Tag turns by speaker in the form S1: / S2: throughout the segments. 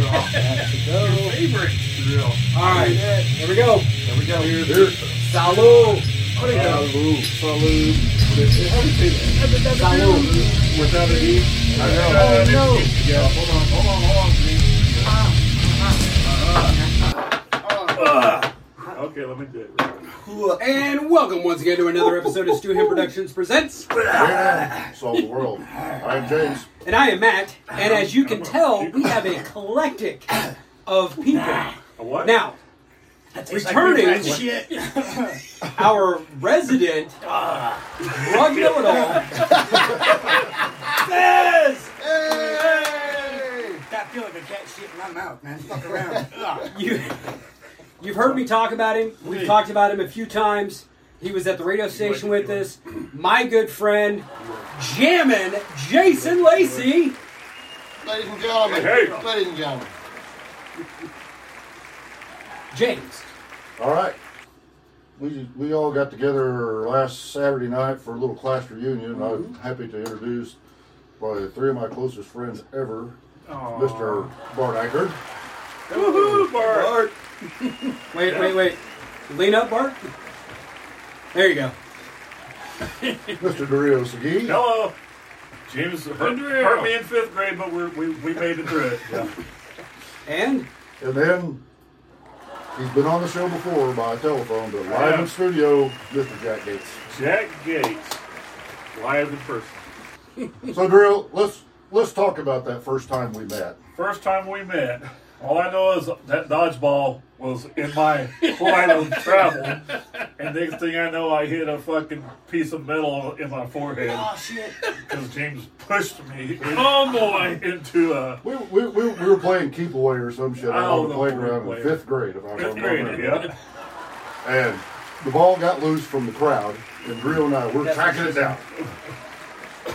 S1: Your favorite.
S2: Real.
S1: All right, here we go.
S2: There we go. Here's
S1: Salud.
S2: Salud.
S1: Salud.
S2: How do you say that?
S1: Salud.
S2: Without an E? I
S1: Oh,
S2: know.
S1: no.
S2: Yeah, hold on, hold on, hold on. Denise.
S3: Oh,
S2: Uh-huh. Okay, let me do it.
S1: And welcome once again to another episode of Stu Him Productions Presents.
S3: Yeah, solve the world. I am James.
S1: And I am Matt. And as you can tell, we have a collective of people.
S2: A what?
S1: Now, returning
S4: Shit.
S1: our resident drug know it all.
S4: I feel like a cat shit in my mouth, man. Fuck around. Ugh.
S1: You, you've heard me talk about him. We've talked about him a few times. He was at the radio station with us. My good friend, Jammin' Jason Lacey.
S3: Ladies and gentlemen.
S2: Hey.
S3: Ladies and gentlemen.
S1: James.
S3: All right. We, we all got together last Saturday night for a little class reunion. and I'm happy to introduce probably three of my closest friends ever. Mr. Bart Ackert.
S2: Woohoo, Bart.
S1: Bart. wait, wait, wait. Lean up, Bart. There you go.
S3: Mr. Dario Segui.
S2: Hello. James hurt, hurt me in fifth grade, but we're, we, we made it through it.
S1: And
S3: And then he's been on the show before by telephone, but live
S2: Yeah.
S3: in studio, Mr. Jack Gates.
S2: Jack Gates, live in person.
S3: So, Dario, let's let's talk about that first time we met.
S2: First time we met, all I know is that dodgeball was in my flight of travel. And next thing I know, I hit a fucking piece of metal in my forehead
S4: Oh, shit.
S2: because James pushed me. oh boy! Into a
S3: We, we, we, we were playing keep away or some shit
S2: I
S3: on
S2: don't
S3: the
S2: know what we
S3: playground
S2: were
S3: in
S2: playing.
S3: fifth grade, if I
S2: fifth
S3: remember.
S2: grade. Yeah.
S3: And the ball got loose from the crowd, and Rio and I were
S1: That's
S3: tracking it down.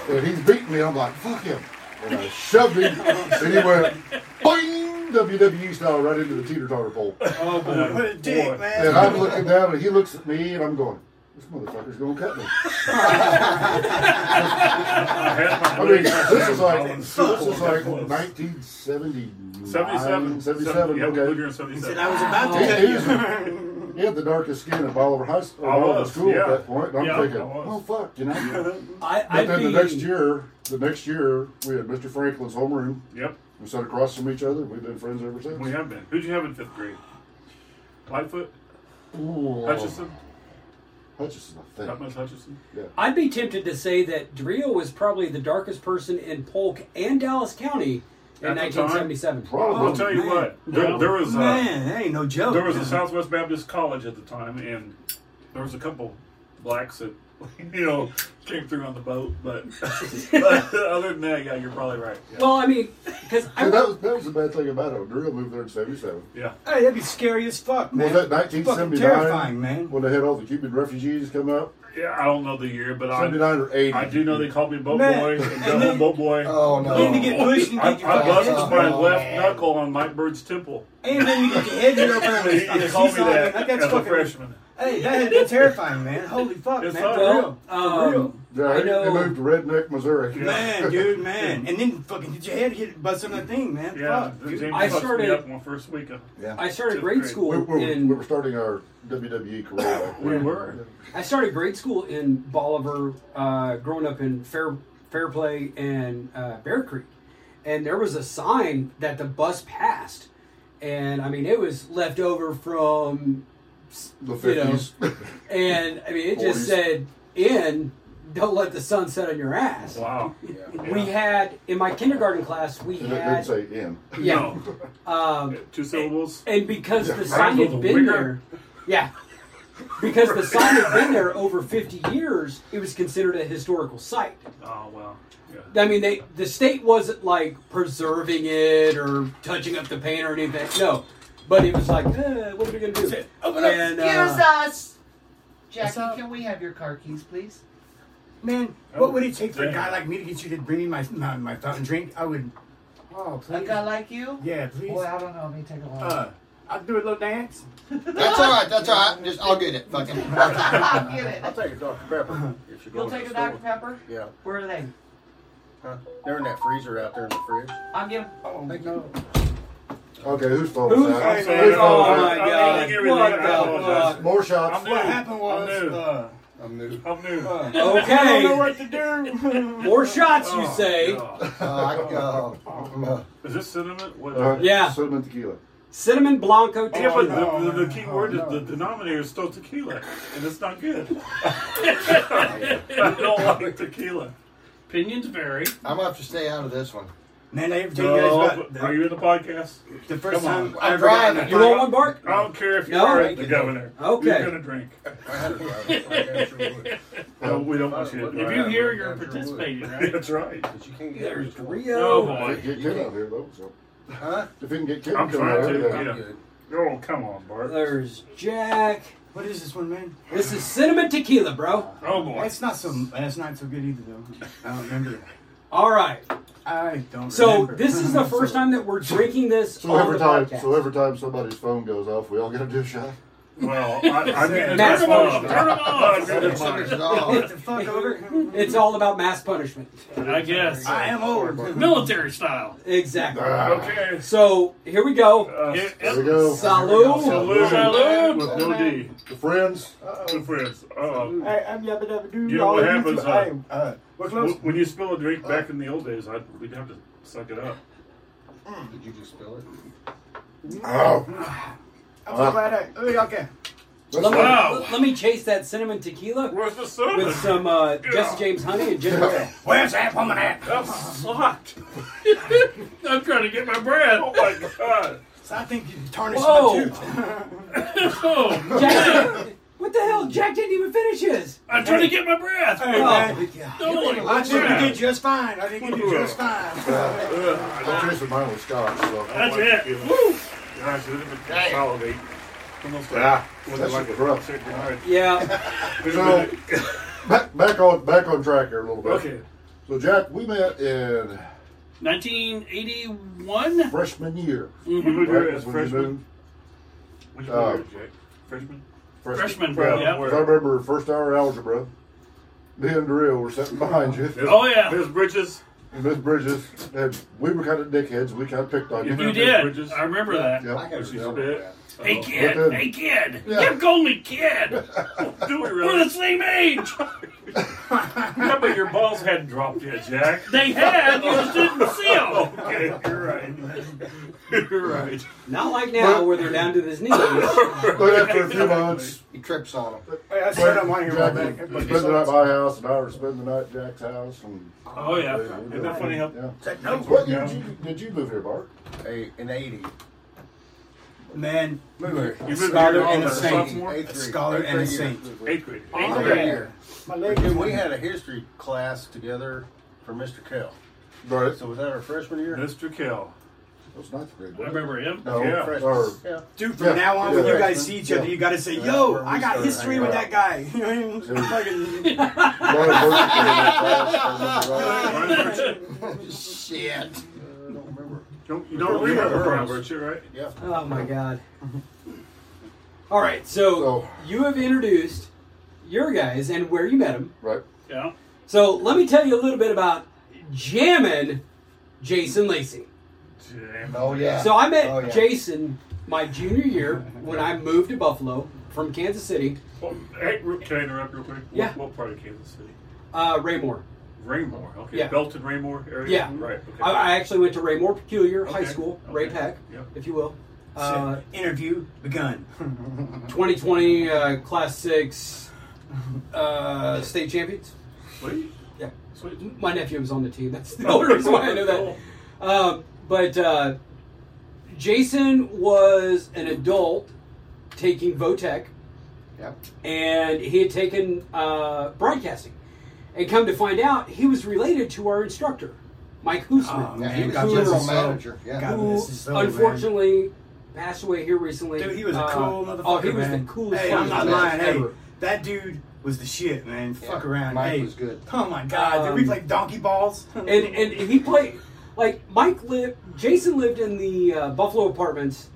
S3: And he's beating me. I'm like, fuck him. And I shoved him, and he went, boing, WWE style, right into the teeter totter pole.
S1: oh boy.
S4: What a dick,
S2: Boy.
S3: And
S4: man.
S3: I'm looking down, and he looks at me, and I'm going, this motherfucker's gonna cut me.
S2: I had
S3: I
S2: my
S3: mean,
S2: legs
S3: this is like,
S2: down.
S3: this is like
S2: Close.
S3: 1977.
S2: 77.
S3: 77,
S2: Yeah, we lived here
S3: okay.
S2: in
S4: Said
S2: 77.
S4: I was about to
S3: He,
S4: cut
S3: he
S4: you.
S3: was- he had the darkest skin of Bolivar High School,
S2: I
S3: Bolivar
S2: was,
S3: School
S2: yeah.
S3: at that point, and I'm
S2: Yeah,
S3: thinking,
S2: I was.
S3: oh fuck, you know.
S1: I,
S3: But
S1: I'd
S3: then
S1: be,
S3: the next year, the next year, we had Mr. Franklin's homeroom.
S2: Yep.
S3: We sat across from each other. We've been friends ever since.
S2: We have been. Who'd you have in fifth grade? Lightfoot?
S3: Ooh,
S2: Hutchison?
S3: Hutchison, I think.
S2: Not much Hutchison?
S1: I'd be tempted to say that Drio was probably the darkest person in Polk and Dallas County in
S2: At the time?
S1: 1977.
S3: Probably.
S2: I'll tell you
S4: man.
S2: what. There, there was a,
S4: Man, that ain't no joke.
S2: there was a
S4: man.
S2: Southwest Baptist college at the time, and there was a couple blacks that you know came through on the boat. But, but other than that, yeah, you're probably right. Yeah.
S1: Well, I mean, because
S3: See, that
S1: I,
S3: was that was the bad thing about it. Drill moved there in '77.
S2: yeah.
S4: Hey, that'd be scary as fuck, man.
S3: Was that
S4: Fucking
S3: 1979?
S4: terrifying, man.
S3: When they had all the Cuban refugees come out,
S2: Yeah, I don't know the year, but I,
S3: 79 or 80.
S2: I do know they called me Boat
S4: Man.
S2: Boy and Double Boat Boy.
S5: Oh no!
S4: Then you get pushed and
S2: I,
S4: get your
S2: I
S4: fucking head
S2: busted
S5: Oh,
S2: my
S4: dropped.
S5: no,
S2: left
S5: man.
S2: knuckle on Lightbird's temple.
S4: And then you get your head dropped on
S2: He,
S4: a- on
S2: he
S4: a
S2: called me
S4: seesaw, man.
S2: that
S4: Like,
S2: as
S4: That's
S2: a
S4: fucking.
S2: freshman.
S4: Hey, that had been terrifying, man. Holy fuck,
S2: It's
S4: man.
S2: not
S4: For
S2: real.
S4: real. For real.
S1: um,
S3: Yeah,
S1: I
S3: they-
S1: know-
S3: they moved to Redneck, Missouri.
S4: Man, dude, man. And then fucking get your head hit by some other thing, man.
S2: Yeah,
S4: Fuck.
S2: James
S1: I
S2: fucked
S1: started-
S2: me up my first week. Of,
S3: Yeah.
S1: I started
S2: Fifth
S1: grade
S2: grade.
S1: school
S3: we, we,
S1: in
S3: we were starting our WWE career. back
S2: we
S3: then.
S2: were.
S1: I started grade school in Bolivar, uh, growing up in Fair Fairplay and uh, Bear Creek, and there was a sign that the bus passed, and I mean it was left over from
S3: The
S1: You know.
S3: 50s.
S1: and I mean, it just
S3: Boys.
S1: said, "In, don't let the sun set on your ass."
S2: Wow.
S1: We had in my kindergarten class, we
S3: And it didn't
S1: had
S3: say in.
S1: yeah, um,
S2: Two syllables.
S1: and because the sign
S2: Randall
S1: had
S2: the
S1: been
S2: Winger.
S1: there, yeah, because the sign had been there over fifty years, it was considered a historical site.
S2: Oh wow. Yeah.
S1: I mean, they the state wasn't like preserving it or touching up the paint or anything. No, but it was like, eh, what are we gonna do?
S4: Open up.
S1: And,
S6: Excuse
S1: uh,
S6: us. Jackie,
S4: up?
S6: can we have your car keys, please?
S4: Man, what would it take for a
S2: Damn.
S4: guy like me to get you to bring me my my, my fountain drink? I would. Oh,
S6: A
S4: please.
S6: guy like you?
S4: yeah, please.
S6: Boy, I don't know. Let me take a look.
S4: Uh, I'll do a little dance.
S5: That's all right. That's all right. Just I'll get it. Fucking.
S6: I'll
S4: Uh.
S6: get it.
S5: take a Dr Pepper. If
S6: You'll take a Dr. Pepper?
S5: Yeah.
S6: Where are they?
S5: Huh? They're in that freezer out there in the fridge.
S6: I'll give.
S5: Thank you.
S3: Okay, whose fault
S1: Who's
S3: is that?
S1: fault?
S2: I'm sorry.
S1: Oh
S2: I'm-
S1: my
S2: I'm
S1: God.
S2: eating everything.
S1: What
S2: I
S1: the
S2: apologize.
S1: fuck?
S3: More
S2: I'm
S3: shots.
S2: new.
S4: What happened was,
S2: I'm new.
S4: uh,
S5: I'm new.
S2: I'm new.
S4: uh, I don't know
S1: Okay.
S4: what to do.
S1: More shots, you
S2: Oh,
S1: say.
S2: God.
S5: Uh, I, uh, uh,
S2: Is this cinnamon? What?
S3: Uh,
S1: Yeah.
S3: Cinnamon tequila.
S1: Cinnamon Blanco
S2: yeah, but
S1: tequila.
S2: the, the, the key
S4: Oh, no,
S2: word
S4: no.
S2: is the denominator is still tequila, and it's not good. I don't like tequila.
S7: Opinions vary.
S5: I'm gonna have to stay out of this one.
S4: Man, I ever tell you guys
S2: No,
S4: about
S2: are
S4: the,
S2: you in the podcast?
S4: the first
S2: Come on.
S4: time I
S5: I'm
S4: ever got in
S5: driving.
S4: a
S1: You want one, Bart?
S2: I don't care if you
S1: No.
S2: are the governor.
S1: Okay.
S2: You're gonna drink.
S5: I had to drive it. I sure would.
S2: No, we don't want you to
S7: If
S2: drink.
S7: you
S5: Right,
S7: hear,
S5: I'm
S7: you're
S5: not sure
S7: participating, right?
S2: That's right.
S5: But you can't get
S1: There's
S5: this one.
S7: Oh
S1: Rio.
S7: boy.
S3: Get Kim out here though. So
S5: Huh?
S3: if you can get Kim
S2: I'm
S3: coming
S2: trying
S3: out
S2: to,
S3: here,
S2: yeah.
S3: then-
S5: Good.
S2: Oh, come on, Bart.
S1: There's Jack.
S4: What is this one, man?
S1: This is cinnamon tequila, bro.
S2: Oh boy.
S4: That's not so. That's not so good either, though. I don't remember.
S1: All right.
S4: I don't.
S1: So
S4: remember.
S1: this is the first time that we're drinking this
S3: So
S1: on
S3: every
S1: the
S3: time,
S1: podcast.
S3: so every time somebody's phone goes off, we all got to do a shot.
S2: Well, I, I mean, Oh,
S1: Turn 'em
S2: off.
S7: off, turn 'em off.
S5: Something's
S2: off.
S5: wrong.
S4: Get the fuck over.
S1: It's all about mass punishment.
S7: I guess.
S4: I am old.
S7: Military style.
S1: Exactly.
S3: Ah.
S2: Ah. Okay.
S1: So here we go.
S2: Uh,
S7: It-
S3: There we
S7: it-
S3: go.
S1: Salud.
S2: Salute.
S7: Salute.
S2: With no D.
S3: The friends.
S2: Two friends. Uh-oh.
S4: I, I'm yabba dabba doo.
S2: You know what happens, uh,
S4: I, uh, we're
S2: W-
S4: close.
S2: When you spill a drink back in the old days, I, we'd have to suck it up.
S5: Did you just spill it?
S3: Oh,
S4: I'm
S2: uh,
S4: so glad I. oh, yeah, Okay.
S1: Let me,
S2: Wow.
S1: let me chase that cinnamon tequila
S2: Where's the soda?
S1: with some uh, Jesse James honey and ginger ale.
S4: Where's that woman at?
S2: That sucked.
S7: I'm trying to get my breath.
S2: Oh my god.
S4: So I think you tarnished
S1: Whoa.
S4: my tooth.
S7: Oh,
S1: Jack, what the hell? Jack didn't even finish his.
S7: I'm trying to get my breath.
S4: Hey, man.
S7: Holy
S4: I think you
S7: crap.
S4: did just fine. I think you did just fine.
S3: I'm chasing mine with scotch. So.
S7: That's it. Woo.
S2: Gosh, let me consolidate. Almost like,
S3: Yeah,
S2: wasn't
S3: that's
S2: like a
S3: rough.
S2: chicken. All right.
S1: Yeah.
S3: So back, back on back on track here a little bit.
S2: Okay.
S3: So Jack, we met in
S7: 1981?
S3: freshman year.
S2: You
S3: Right,
S2: moved here as
S3: that's when you
S2: freshman?
S3: moved.
S2: Which
S3: Uh,
S2: one, Jake? Freshman?
S7: Freshman,
S2: Well,
S7: bro. Yeah.
S3: If I remember first hour algebra, me and Daryl were sitting behind you,
S2: His-
S7: Oh, yeah.
S2: His bridges.
S3: and Miss Bridges, and we were kind of dickheads. We kind of picked on you.
S7: You
S2: Remember
S7: did.
S2: Bridges?
S7: I remember that.
S3: Yep.
S5: I
S2: Which
S5: gotta
S2: is
S5: deal with
S2: dead.
S5: that.
S7: Hey,
S3: What
S7: kid.
S3: the-
S7: Hey, kid.
S3: Yeah.
S7: You call me kid.
S2: Do we
S7: We're
S2: really?
S7: the same age.
S2: yeah, but your balls hadn't dropped yet, Jack.
S7: They had. You just didn't see them.
S2: Okay, you're right. You're right.
S1: Not like now where they're down to his knees.
S3: But after a few months,
S5: He trips on him.
S4: Hey, I said I want to
S3: Jack
S4: hear about
S3: was
S4: that.
S3: spending the night at my house, and I were spending the night at Jack's house. And
S7: Oh, yeah.
S2: Isn't that funny how
S3: Yeah.
S4: Said no.
S3: What year did you, did you move here, Bart?
S5: Hey, in 80.
S4: Man, we were
S2: You
S4: a
S2: moved
S4: scholar
S2: here
S4: and a
S2: all the
S4: saint.
S2: sophomore?
S4: A scholar and a saint.
S2: eighth grade? Eighth
S5: Oh,
S2: grade.
S5: yeah.
S4: My
S5: Dude, we had a history class together for Mr. Kell.
S3: Right.
S5: So was that our freshman year?
S2: Mr. Kell.
S3: That was ninth grade.
S7: I
S3: wasn't it?
S7: remember him.
S3: No,
S2: Yeah.
S3: or-
S5: Freshman. Yeah.
S4: Dude, from
S3: Yeah.
S4: now on, when
S3: Yeah.
S4: you guys see each other,
S3: Yeah.
S4: you gotta say,
S5: Yeah.
S4: "Yo,
S5: Where we
S4: I got
S5: started
S4: history
S5: hanging
S4: with
S5: out.
S4: that guy." You know what
S3: Yeah.
S4: I mean? Fucking-
S3: Brian Burke came in that class, I remember right.
S5: Shit. I don't remember.
S2: Don't, you don't remember Brian Virtue, right?
S5: Yeah.
S1: Oh my god. All right, so
S3: So-
S1: you have introduced your guys and where you met them.
S3: Right.
S7: Yeah.
S1: So let me tell you a little bit about jamming Jason Lacey.
S2: Jam.
S5: Oh, yeah.
S1: So I met
S5: Oh, yeah.
S1: Jason my junior year when I moved to Buffalo from Kansas City,
S2: Well, hey, re- can I interrupt real quick? What-
S1: Yeah.
S2: What, part of Kansas City?
S1: uh, Raymore.
S2: Raymore. Okay.
S1: Yeah.
S2: Belton Raymore area?
S1: Yeah.
S2: Right. Okay.
S1: I, I actually went to Raymore Peculiar High
S2: Okay,
S1: School, Ray
S2: okay,
S1: Peck,
S2: yep.
S1: if you will. Uh,
S4: Interview begun. Oh,
S1: 2020 uh, Class 6 uh, state champions.
S2: Sweet.
S1: Yeah.
S2: Sweet.
S1: My nephew was on the team. That's
S4: Oh,
S1: the only reason why I know that. Um, but uh, Jason was an adult taking Votech,
S5: Yep.
S1: and he had taken uh, broadcasting. And come to find out, he was related to our instructor, Mike
S4: Oh,
S1: Hoosman,
S5: Yeah,
S4: man,
S5: he was
S1: Cool.
S5: general
S1: So-
S5: manager. Yeah.
S4: God,
S1: who
S4: this is so, man.
S1: unfortunately passed away here recently.
S4: Dude, he was a
S1: Uh,
S4: cool motherfucker.
S1: Oh, he was
S4: man.
S1: the coolest.
S4: Hey,
S1: fucking
S4: I'm not
S1: man
S4: lying. Hey,
S1: ever.
S4: that dude was the shit, man. Fuck
S5: Yeah,
S4: around.
S5: Mike
S4: hey.
S5: was good.
S4: Oh my god, did
S1: Um,
S4: we play donkey balls?
S1: and and he played like Mike lived. Jason lived in the uh, Buffalo apartments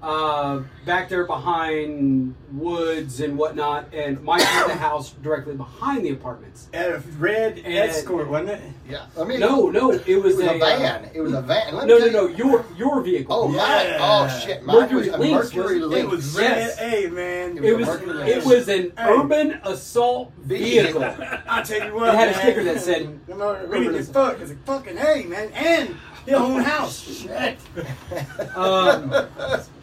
S1: uh, back there behind woods and whatnot, and Mike had the house directly behind the apartments.
S4: At a red escort, wasn't it?
S5: Yeah.
S8: I mean,
S1: No, no, it
S8: it
S1: was,
S8: was a,
S1: uh,
S8: van. it was a van. Let me
S1: no, no,
S8: tell
S1: no,
S8: you-
S1: your your vehicle.
S8: Oh,
S4: Yeah.
S8: my, oh shit, mine
S1: Mercury
S8: was a
S1: Lynx,
S8: Mercury
S1: wasn't
S8: Lynx.
S4: It was red.
S1: Yes.
S4: Hey, man.
S1: it was
S8: Mercury
S1: it was an
S4: Hey.
S1: urban assault vehicle.
S4: I tell you
S1: It
S4: what.
S1: had a
S4: man.
S1: sticker that said
S4: Them are Reading as fuck is like fucking hey man, and their own house. Shit.
S1: um,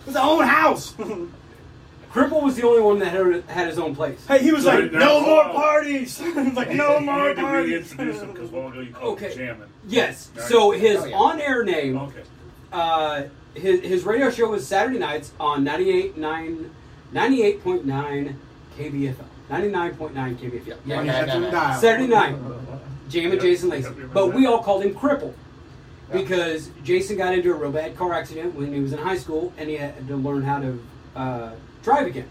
S4: It's their own house.
S1: Cripple was the only one that had, had his own place.
S4: hey, he was
S2: So
S4: like,
S2: now-
S4: no more parties. He was like, no
S2: You
S4: more
S2: had to
S4: parties.
S2: reintroduce him because long ago you called
S1: Okay.
S2: him jamming.
S1: Yes.
S2: Nice.
S1: So his
S8: Oh, yeah.
S1: on-air name,
S2: Okay.
S1: uh, his, his radio show was Saturday nights on 98, 98.9 KBFL, 99.9 KBFL.
S8: Yeah, no, no, no.
S1: Saturday night, Jam and
S2: Yep.
S1: Jason
S2: Yep,
S1: Lacey.
S2: remember
S1: But we
S2: that.
S1: all called him Cripple
S8: Yeah.
S1: because Jason got into a real bad car accident when he was in high school and he had to learn how to uh, drive again.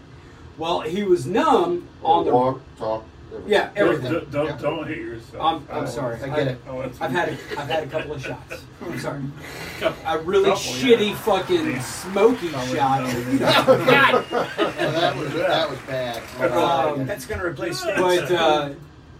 S1: Well, he was numb on the
S3: walk, talk. everything.
S1: Yeah,
S2: Don't,
S1: everything.
S2: don't- don't,
S8: Yeah.
S2: don't hit yourself.
S1: I'm,
S2: Oh,
S1: I'm sorry.
S8: I get it.
S2: Oh, that's
S1: I've had a, I've had a couple of shots. I'm sorry.
S7: Couple.
S1: A really
S2: Couple,
S1: shitty
S2: yeah.
S1: fucking
S2: Yeah.
S1: smoky shot.
S8: Oh, Well, that was that was bad.
S1: Um,
S4: That's gonna replace Spencer.
S1: But uh,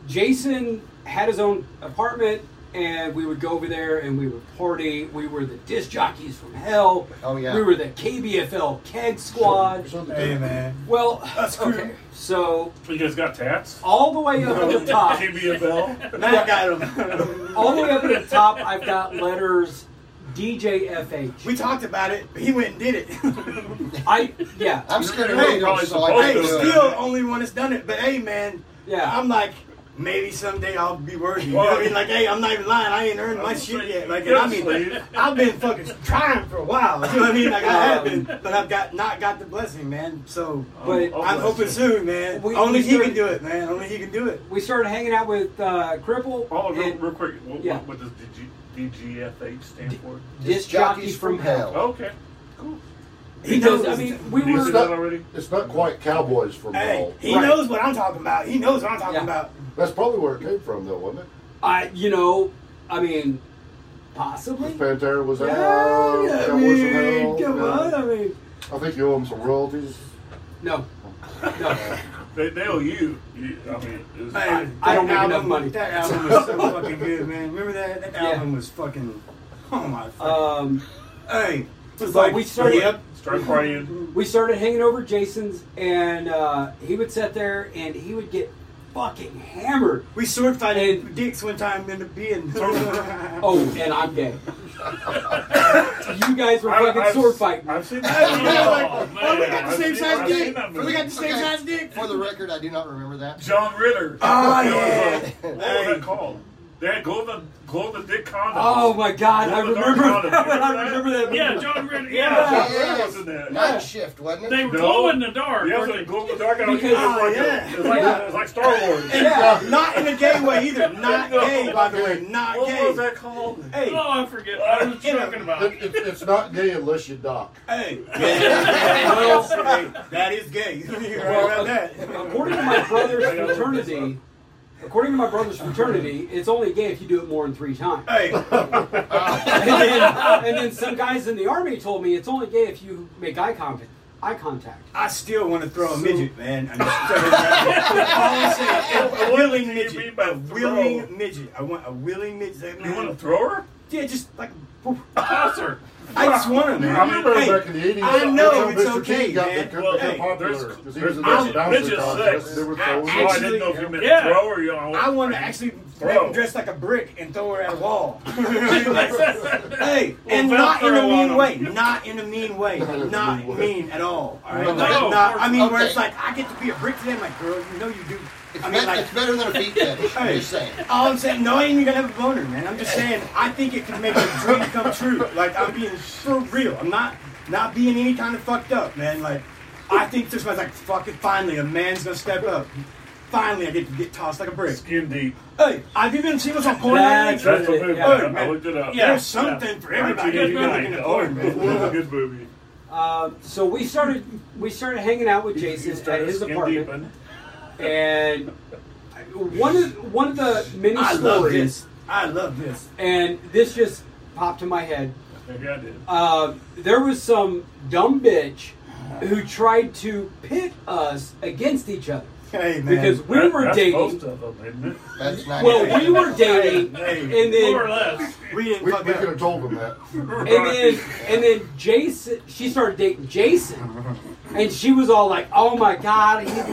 S1: Jason had his own apartment, and we would go over there and we would party. We were the disc jockeys from hell.
S8: Oh, yeah.
S1: We were the KBFL keg squad.
S8: Something-
S4: hey man.
S1: Well,
S4: That's cool.
S1: okay. So
S2: You guys got tats?
S1: all the way up to the top.
S2: KBFL?
S4: Matt got him.
S1: All the way up at the top, I've got letters DJFH.
S4: we talked about it, but he went and did it.
S1: I yeah
S8: I'm scared of
S4: Hey,
S8: radio,
S2: probably
S8: so I
S4: hey,
S8: can't
S2: supposed
S8: do
S4: still
S8: it.
S4: only one has done it, but hey man,
S1: yeah.
S4: I'm like, maybe someday I'll be worthy. You know what I mean? Like, hey, I'm not even lying. I ain't earned my shit yet. Like, and I mean, I've been fucking trying for a while. You know what I mean? Like, I have been,
S1: Um,
S4: but I've got not got the blessing, man. So
S2: Oh,
S1: But
S4: I'm hoping soon, man.
S1: We-
S4: Only
S1: we
S4: he
S1: started-
S4: can do it, man. Only he can do it.
S1: we started hanging out with uh, Cripple
S2: Oh, real,
S1: and
S2: real quick, what,
S1: Yeah.
S2: what, what does DG, DGFH stand for?
S1: disc jockeys from hell.
S2: Okay. Cool.
S4: He
S1: Because,
S4: knows.
S1: I mean, we
S2: Did you
S1: were
S2: see that already?
S3: It's not quite cowboys from
S4: hey,
S3: hell.
S4: he
S1: Right.
S4: knows what I'm talking about. He knows what I'm talking
S1: Yeah.
S4: about.
S3: That's probably where it came from, though, wasn't it?
S1: I, you know, I mean, possibly.
S3: Because Pantera was out.
S1: Yeah, I
S3: cowboys from
S1: mean,
S3: hell.
S1: come
S3: yeah.
S1: on, I mean,
S3: I think you owe them some royalties.
S1: no, no.
S2: They, they owe you. you I mean, it was,
S4: Man,
S1: I- I
S4: that
S1: don't make enough
S4: album-
S1: money.
S4: That album was so fucking good, man. Remember that? That
S1: Yeah.
S4: album was fucking. Oh my. fucking
S1: Um,
S4: hey, it was
S1: but
S4: like
S1: we started-
S4: Yep.
S2: start partying.
S1: we started hanging over Jason's, and uh, he would sit there and he would get fucking hammered.
S4: We sword fighted
S1: And-
S4: dicks one time in the bin.
S1: Oh, and I'm gay. you guys were fucking
S2: I've-
S1: sword fighting.
S2: I've seen
S4: Yeah, like,
S2: that.
S4: oh, we got the
S2: I've
S4: same
S2: seen- I've
S4: size
S2: seen
S4: dick.
S2: that
S4: We got the same
S8: Okay.
S4: size dick.
S8: For the record, I do not remember that.
S2: John Ritter.
S4: Oh,
S2: There was
S4: yeah.
S2: a- What was
S4: Hey.
S2: that called? They had glow the glow the dick condoms.
S1: Oh my God, I
S2: Well, the
S1: remember
S2: Dark
S1: that.
S2: Knight,
S1: I remember that.
S7: Yeah,
S1: movie.
S7: John Ritter.
S2: Yeah,
S7: Yeah.
S2: John Ritter was in that.
S8: Night shift, wasn't
S7: They
S8: it?
S7: were
S2: No.
S7: glow in the dark.
S2: Yeah, it was
S7: weren't
S2: like
S7: they?
S2: glow in the dark. I was
S1: Because-
S2: it was
S4: Oh,
S2: like,
S4: yeah.
S2: a, it was like
S1: Yeah.
S2: it was like Star Wars.
S1: Yeah.
S4: Not in a gay way either. Not
S2: Oh. No.
S4: gay, by the way. Not
S2: What was
S4: gay.
S2: that called?
S4: Hey,
S7: Oh, I forget. I was talking about.
S3: It, it, it's not gay unless you dock.
S4: hey. Hey, That is gay. You're right
S2: uh,
S4: about that.
S1: According to my brother's fraternity, according to my brother's fraternity, it's only gay if you do it more than three times.
S4: Hey,
S1: And then, and then some guys in the army told me it's only gay if you make eye contact. Eye contact.
S4: I still want to throw a midget, man. I'm just telling you. that. All I'm saying, a willing
S2: What do you mean
S4: midget.
S2: by
S4: A willing midget. I want a willing midget.
S2: You want a
S4: Man.
S2: thrower?
S4: Yeah, just like.
S2: Tosser.
S4: I just want him, man.
S3: I remember
S4: Hey,
S3: back in the 80s.
S4: I know
S3: that's how
S4: it's
S3: Mr.
S4: okay,
S3: King got
S4: man.
S3: The,
S2: Well,
S3: got
S4: hey,
S2: there's-
S3: popular. 'cause he was
S2: there's
S3: in that
S2: midget-
S3: bouncer
S2: midget
S3: contest.
S2: sex.
S3: They were
S2: So
S3: throwing
S2: I
S4: Actually-
S2: didn't know if you meant
S7: yeah.
S2: thrower. You know,
S4: I want to actually make
S2: Bro.
S4: him dress like a brick and throw her at a wall. hey, and
S2: Well,
S4: not in a
S2: throw on
S4: mean
S2: him.
S4: way. Not in a mean way.
S3: Not in a
S4: Not
S3: mean way.
S4: mean at all. All right.
S2: No,
S4: Like,
S2: of
S4: not,
S2: course.
S4: I mean, where it's
S8: Okay.
S4: like I get to be a brick today. I'm like, girl, you know you do.
S8: It's,
S4: I
S8: bet-
S4: mean, like.
S8: it's better than a beat fetish. I'm
S4: Hey.
S8: just saying.
S4: All I'm saying, no, I ain't even gonna have a boner, man. I'm just saying, I think it could make a dream come true. Like I'm being for real. I'm not not being any kind of fucked up, man. Like I think this was like fucking finally a man's gonna step up. Finally, I get to get tossed like a brick.
S2: skin deep.
S4: Hey, have you been seeing what's on porn?
S1: That's
S4: lately?
S2: That's what it
S1: Yeah.
S2: was. I looked it up.
S7: Yeah.
S4: There's something for everybody. There's nothing in the porn,
S2: It
S4: man.
S2: was oh, a good movie.
S1: Uh, so we started we started hanging out with Jason
S2: He
S1: at
S2: started
S1: his
S2: skin
S1: apartment,
S2: deeping.
S1: and one of one of the many
S4: I love
S1: stories,
S4: this. I love this.
S1: and this just popped to my head.
S2: Maybe I did.
S1: uh, there was some dumb bitch who tried to pit us against each other
S4: Hey, man.
S1: because we
S2: That-
S1: were
S2: that's
S1: dating.
S2: Most of them, isn't it?
S8: That's not.
S1: Well, we were dating, and
S4: Hey,
S7: More or
S1: then
S7: less.
S4: we didn't
S3: We, we
S4: fuck
S3: could
S4: up.
S3: have told them that.
S1: and then and then Jason. She started dating Jason, and she was all like, "Oh my god, he's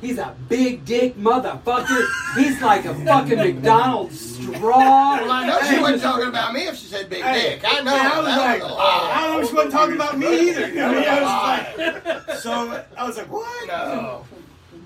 S1: he's a big dick motherfucker. He's like a fucking McDonald's straw."
S8: Well, I know she wasn't talking about me if she said big
S4: Hey,
S8: dick. I know.
S4: man, I was
S8: that
S4: like,
S8: was a
S4: I
S8: lie.
S4: don't know she wasn't talking about me either. You know what I mean? I was like, so I was like, what?
S8: No.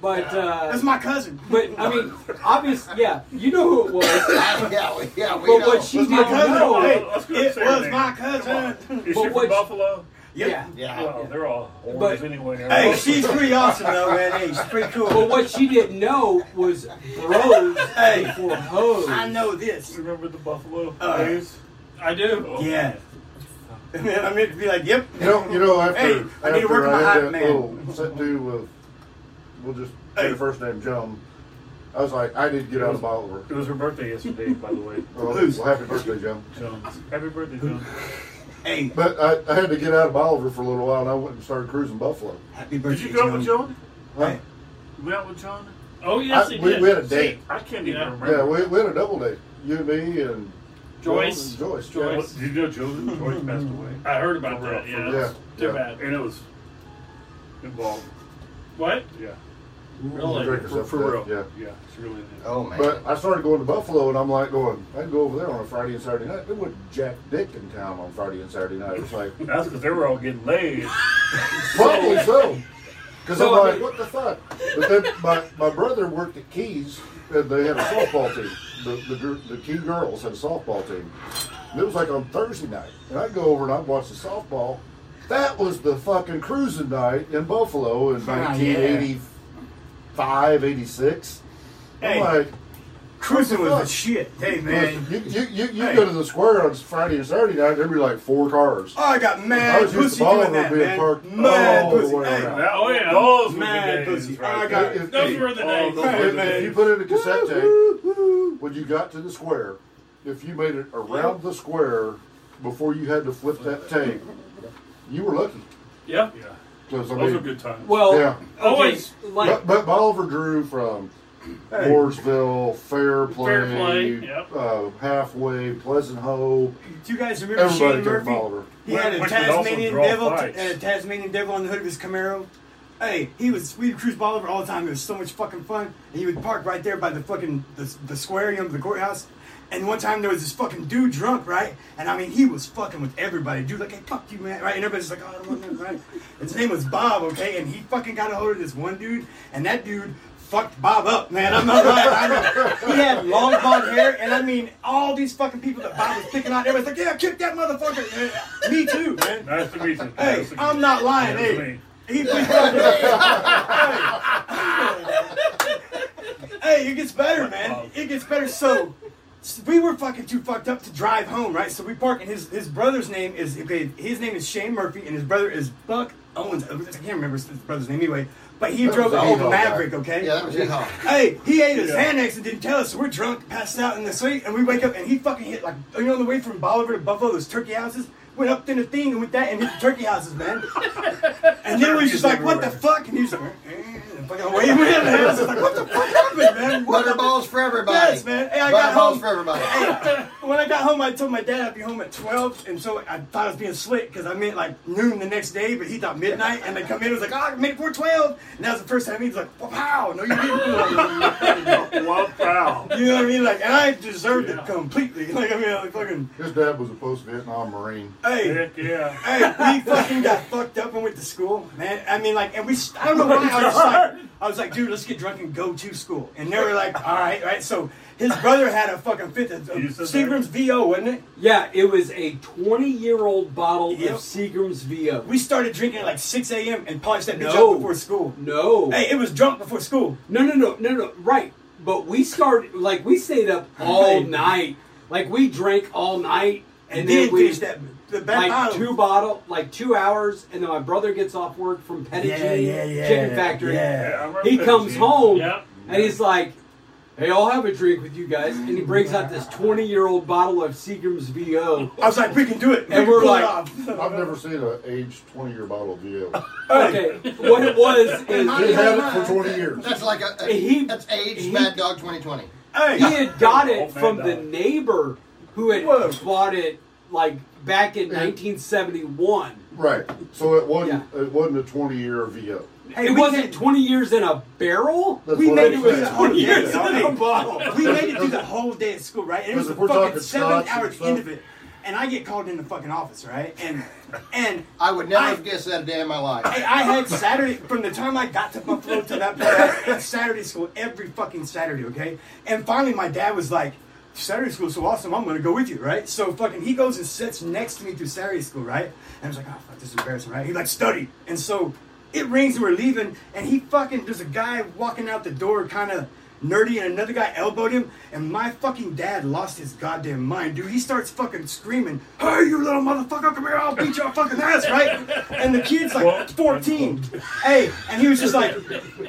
S1: But
S4: That's
S1: uh,
S4: my cousin.
S1: but I mean, obviously, yeah, you know who it was.
S8: yeah, we, yeah, we
S1: But
S8: know.
S1: what she
S4: It was
S1: did
S4: my cousin.
S1: know,
S4: Hey,
S2: Let's go
S4: it
S2: say
S4: was
S2: her
S4: my
S2: name. Is
S4: cousin.
S2: she
S1: But
S2: from
S1: what-
S2: Buffalo?
S1: yeah.
S8: yeah.
S2: Well, they're all horns
S1: But-
S2: anyway.
S4: Hey, she's pretty awesome though, man. Hey, she's pretty cool.
S1: But what she didn't know was bros
S4: Hey.
S1: before hoes.
S4: I know this.
S2: Remember the Buffalo
S4: Uh,
S2: days?
S7: I do.
S4: Yeah. And then I meant to be like, yep.
S3: You know, you know after,
S4: Hey, I
S3: after
S4: need to work on my
S3: I
S4: hype
S3: had that
S4: man.
S3: little sit do with, we'll just say
S4: Hey.
S3: the first name Joan. I was like, I need to get out of Bolivar.
S2: It was her birthday yesterday, by the way.
S3: Oh, well, happy birthday, Joan.
S2: Jones. Happy birthday, Jones.
S4: Hey,
S3: But I, I had to get out of Bolivar for a little while, and I went and started cruising Buffalo.
S4: happy birthday.
S2: Did you go out with
S4: Joan.
S2: John?
S3: Huh?
S4: Hey,
S2: You went out with John?
S7: Oh yes,
S3: I-
S7: he
S3: we-
S7: did.
S3: we had a date.
S7: See, I can't even
S2: Yeah.
S7: remember.
S3: Yeah, we, we had a double date. You and me and
S7: Joyce.
S3: Joan and Joyce. yeah.
S7: Joyce.
S2: Did you know Joseph Joyce passed away?
S7: I heard about
S2: Over
S7: that.
S2: at-
S7: Yeah.
S2: yeah.
S7: that's Too
S3: Yeah.
S7: bad.
S2: And it was involved.
S7: What?
S2: Yeah,
S7: Really?
S3: Drink
S2: for,
S3: yourself
S2: for
S3: to
S2: real.
S3: death, Yeah.
S2: yeah, it's really.
S8: Oh man.
S3: But I started going to Buffalo, and I'm like going, I can go over there on a Friday and Saturday night. There wasn't jack dick in town on Friday and Saturday night. It's like,
S2: That's because they were all getting laid.
S3: probably so. Because
S1: So,
S3: I'm
S1: I
S3: like,
S1: mean-
S3: what the fuck? But then my, my brother worked at Keys, and they had a softball team. The, the, gir- the Key girls had a softball team. And it was like on Thursday night. And I'd go over and I'd watch the softball. That was the fucking cruising night in Buffalo
S4: Ah,
S3: in 1985, 86.
S4: Hey.
S3: I'm like,
S4: cruising was the
S3: fuck?
S4: shit. Hey,
S3: Listen,
S4: man.
S3: You, you, you, you
S4: Hey.
S3: go to the square on Friday and Saturday night, there'd be like four cars.
S4: Oh, I got
S3: I
S4: mad
S3: was used to
S4: pussy doing
S3: Bolivar
S4: that,
S3: being parked
S4: man. Mad
S3: all the
S4: pussy.
S3: way around.
S4: Hey,
S2: That-
S7: Oh, yeah.
S2: those were
S4: Mad
S2: the days,
S4: pussy.
S2: right
S4: I
S2: there.
S4: got-
S3: If-
S7: Those
S3: if-
S7: were the
S2: Oh,
S7: days.
S2: those were the
S4: man.
S3: if
S2: days.
S3: you put in a cassette tape,
S4: woo, woo.
S3: when you got to the square, if you made it around the square before you had to flip that tape, you were lucky.
S7: Yeah. Oh,
S2: Yeah,
S3: 'Cause, I
S2: those were
S3: mean,
S2: good times.
S1: Well,
S3: Yeah.
S7: Always.
S1: like
S3: but, but Bolivar drew from Mooresville, Fair Play,
S7: Fair Play, yep.
S3: uh, Halfway, Pleasant Hope.
S4: Do you guys remember
S3: Everybody
S4: Shane
S3: took
S4: Murphy?
S3: Bolivar.
S4: He had a
S2: Which would also
S4: Tasmanian
S2: draw
S4: devil
S2: fights.
S4: and a Tasmanian devil on the hood of his Camaro. Hey, he was we would cruise ball over all the time. It was so much fucking fun. And he would park right there by the fucking the, the square, you know, the courthouse. And one time there was this fucking dude drunk, right? And I mean, he was fucking with everybody. Dude, like, hey, fuck you, man, right? And everybody's like, oh, I don't want that, right? His name was Bob, okay? And he fucking got a hold of this one dude, and that dude fucked Bob up, man. I'm not lying. I know. He had long blonde hair, and I mean, all these fucking people that Bob was picking on, everybody's like, yeah, kick that motherfucker. man. Me too, man.
S2: Nice to meet you.
S4: Hey,
S2: Nice to meet
S4: I'm
S2: you.
S4: not lying.
S2: Nice to
S4: Hey,
S2: meet
S4: he we fucking- hey, it gets better, man. It gets better. So, so we were fucking too fucked up to drive home, right? So we park, and his his brother's name is okay. His name is Shane Murphy, and his brother is Buck Owens. I can't remember his brother's name anyway. But he
S3: That
S4: drove
S3: was
S4: the
S3: a
S4: old
S3: Yeehaw
S4: Maverick,
S3: guy.
S4: okay?
S8: yeah, that was it. Huh?
S4: Hey, he ate his
S2: Yeah.
S4: Xanax and didn't tell us. So we're drunk, passed out in the suite, and we wake up and he fucking hit like you know the way from Bolivar to Buffalo, those turkey houses. Went up in the thing and with that and hit the turkey houses, man. And then we was just like, what the fuck? And he was like, eh, and fucking away we went in the house. It's like, what the fuck happened, man? What
S8: Butterballs for everybody.
S4: Yes, man. Hey, I got
S8: Butterballs
S4: home.
S8: for everybody.
S4: When I got home, I told my dad I'd be home at 12, and so I thought I was being slick because I meant like noon the next day, but he thought midnight, and they come in and was like, ah, I made it before 12. And that was the first time he was like, wow, no, you didn't.
S2: you. Wow, wow.
S4: you know what I mean? Like, and I deserved it completely. Like, I mean, like, fucking,
S3: His dad was a post Vietnam Marine.
S4: hey.
S2: Heck yeah.
S4: Hey, we fucking got fucked up and went to school, man. I mean, like, and we, I don't know why, I was just like, I was like, dude, let's get drunk and go to school. And they were like, all right, right. So his brother had a fucking fifth of of
S2: You said that.
S4: Seagram's VO, wasn't it?
S1: yeah, it was a 20 year old bottle
S4: Yep.
S1: of Seagram's VO.
S4: We started drinking at like 6 a.m. and punched that bitch
S1: No.
S4: up before school.
S1: no,
S4: Hey, it was drunk before school.
S1: no, no, no, no, no. Right, but we started like we stayed up all
S4: Hey.
S1: night. Like we drank all night, and,
S4: And,
S1: then,
S4: then
S1: we
S4: finished that the bad
S1: like
S4: bottle.
S1: two bottle, like two hours, and then my brother gets off work from Pettigee
S4: yeah, yeah, yeah.
S1: Chicken Factory.
S4: Yeah.
S2: Yeah, I remember
S1: He
S2: that
S1: comes
S2: scene.
S1: home
S7: Yep.
S1: and he's like, Hey, I'll have a drink with you guys. And he brings out this 20 year old bottle of Seagram's VO.
S4: I was like, we can do it.
S1: And
S4: We
S1: we're
S4: pull it
S1: like-
S4: off.
S3: I've never seen an aged 20 year bottle of VO.
S1: Okay, what it was
S3: They've
S1: is
S3: had it for 20 years.
S8: That's like a, a
S1: He-
S8: that's aged
S1: he-
S8: Mad Dog 2020.
S4: hey,
S1: he had got
S2: Old
S1: it
S2: man
S1: from the
S2: died.
S1: neighbor who had
S4: Whoa.
S1: bought it like back in 1971.
S3: Right. So it wasn't
S1: Yeah.
S3: it wasn't a 20 year VO.
S4: hey,
S1: it
S4: we
S1: wasn't
S4: can-
S1: 20 years in a barrel.
S3: That's
S1: we
S3: what
S1: made
S3: I'm
S1: it was
S3: saying.
S1: 20 years
S4: Yeah,
S1: in
S4: I
S1: a
S4: mean-
S1: bottle.
S4: We made it through the whole day at school, right? And it was
S3: Because
S4: the
S3: if we're
S4: fucking
S3: talking
S4: seven
S3: scotch and
S4: hours end
S3: stuff-
S4: of it. And I get called in the fucking office, right? And and
S8: I would never
S4: I-
S8: have guessed that a day in my life.
S4: Hey, I had Saturday from the time I got to Buffalo to that point. I had Saturday school every fucking Saturday, okay? And finally, my dad was like, "Saturday school's so awesome, I'm gonna go with you, right?" So fucking, he goes and sits next to me through Saturday school, right? And I was like, "Oh fuck, this is embarrassing, right?" He like study, and so it rings and we're leaving, and he fucking there's a guy walking out the door, kind of. Nerdy and another guy elbowed him, and my fucking dad lost his goddamn mind, dude. He starts fucking screaming, "Hey, you little motherfucker, come here! I'll beat your fucking ass, right?" And the kid's like
S2: Quote,
S4: 14, hey, and he was just like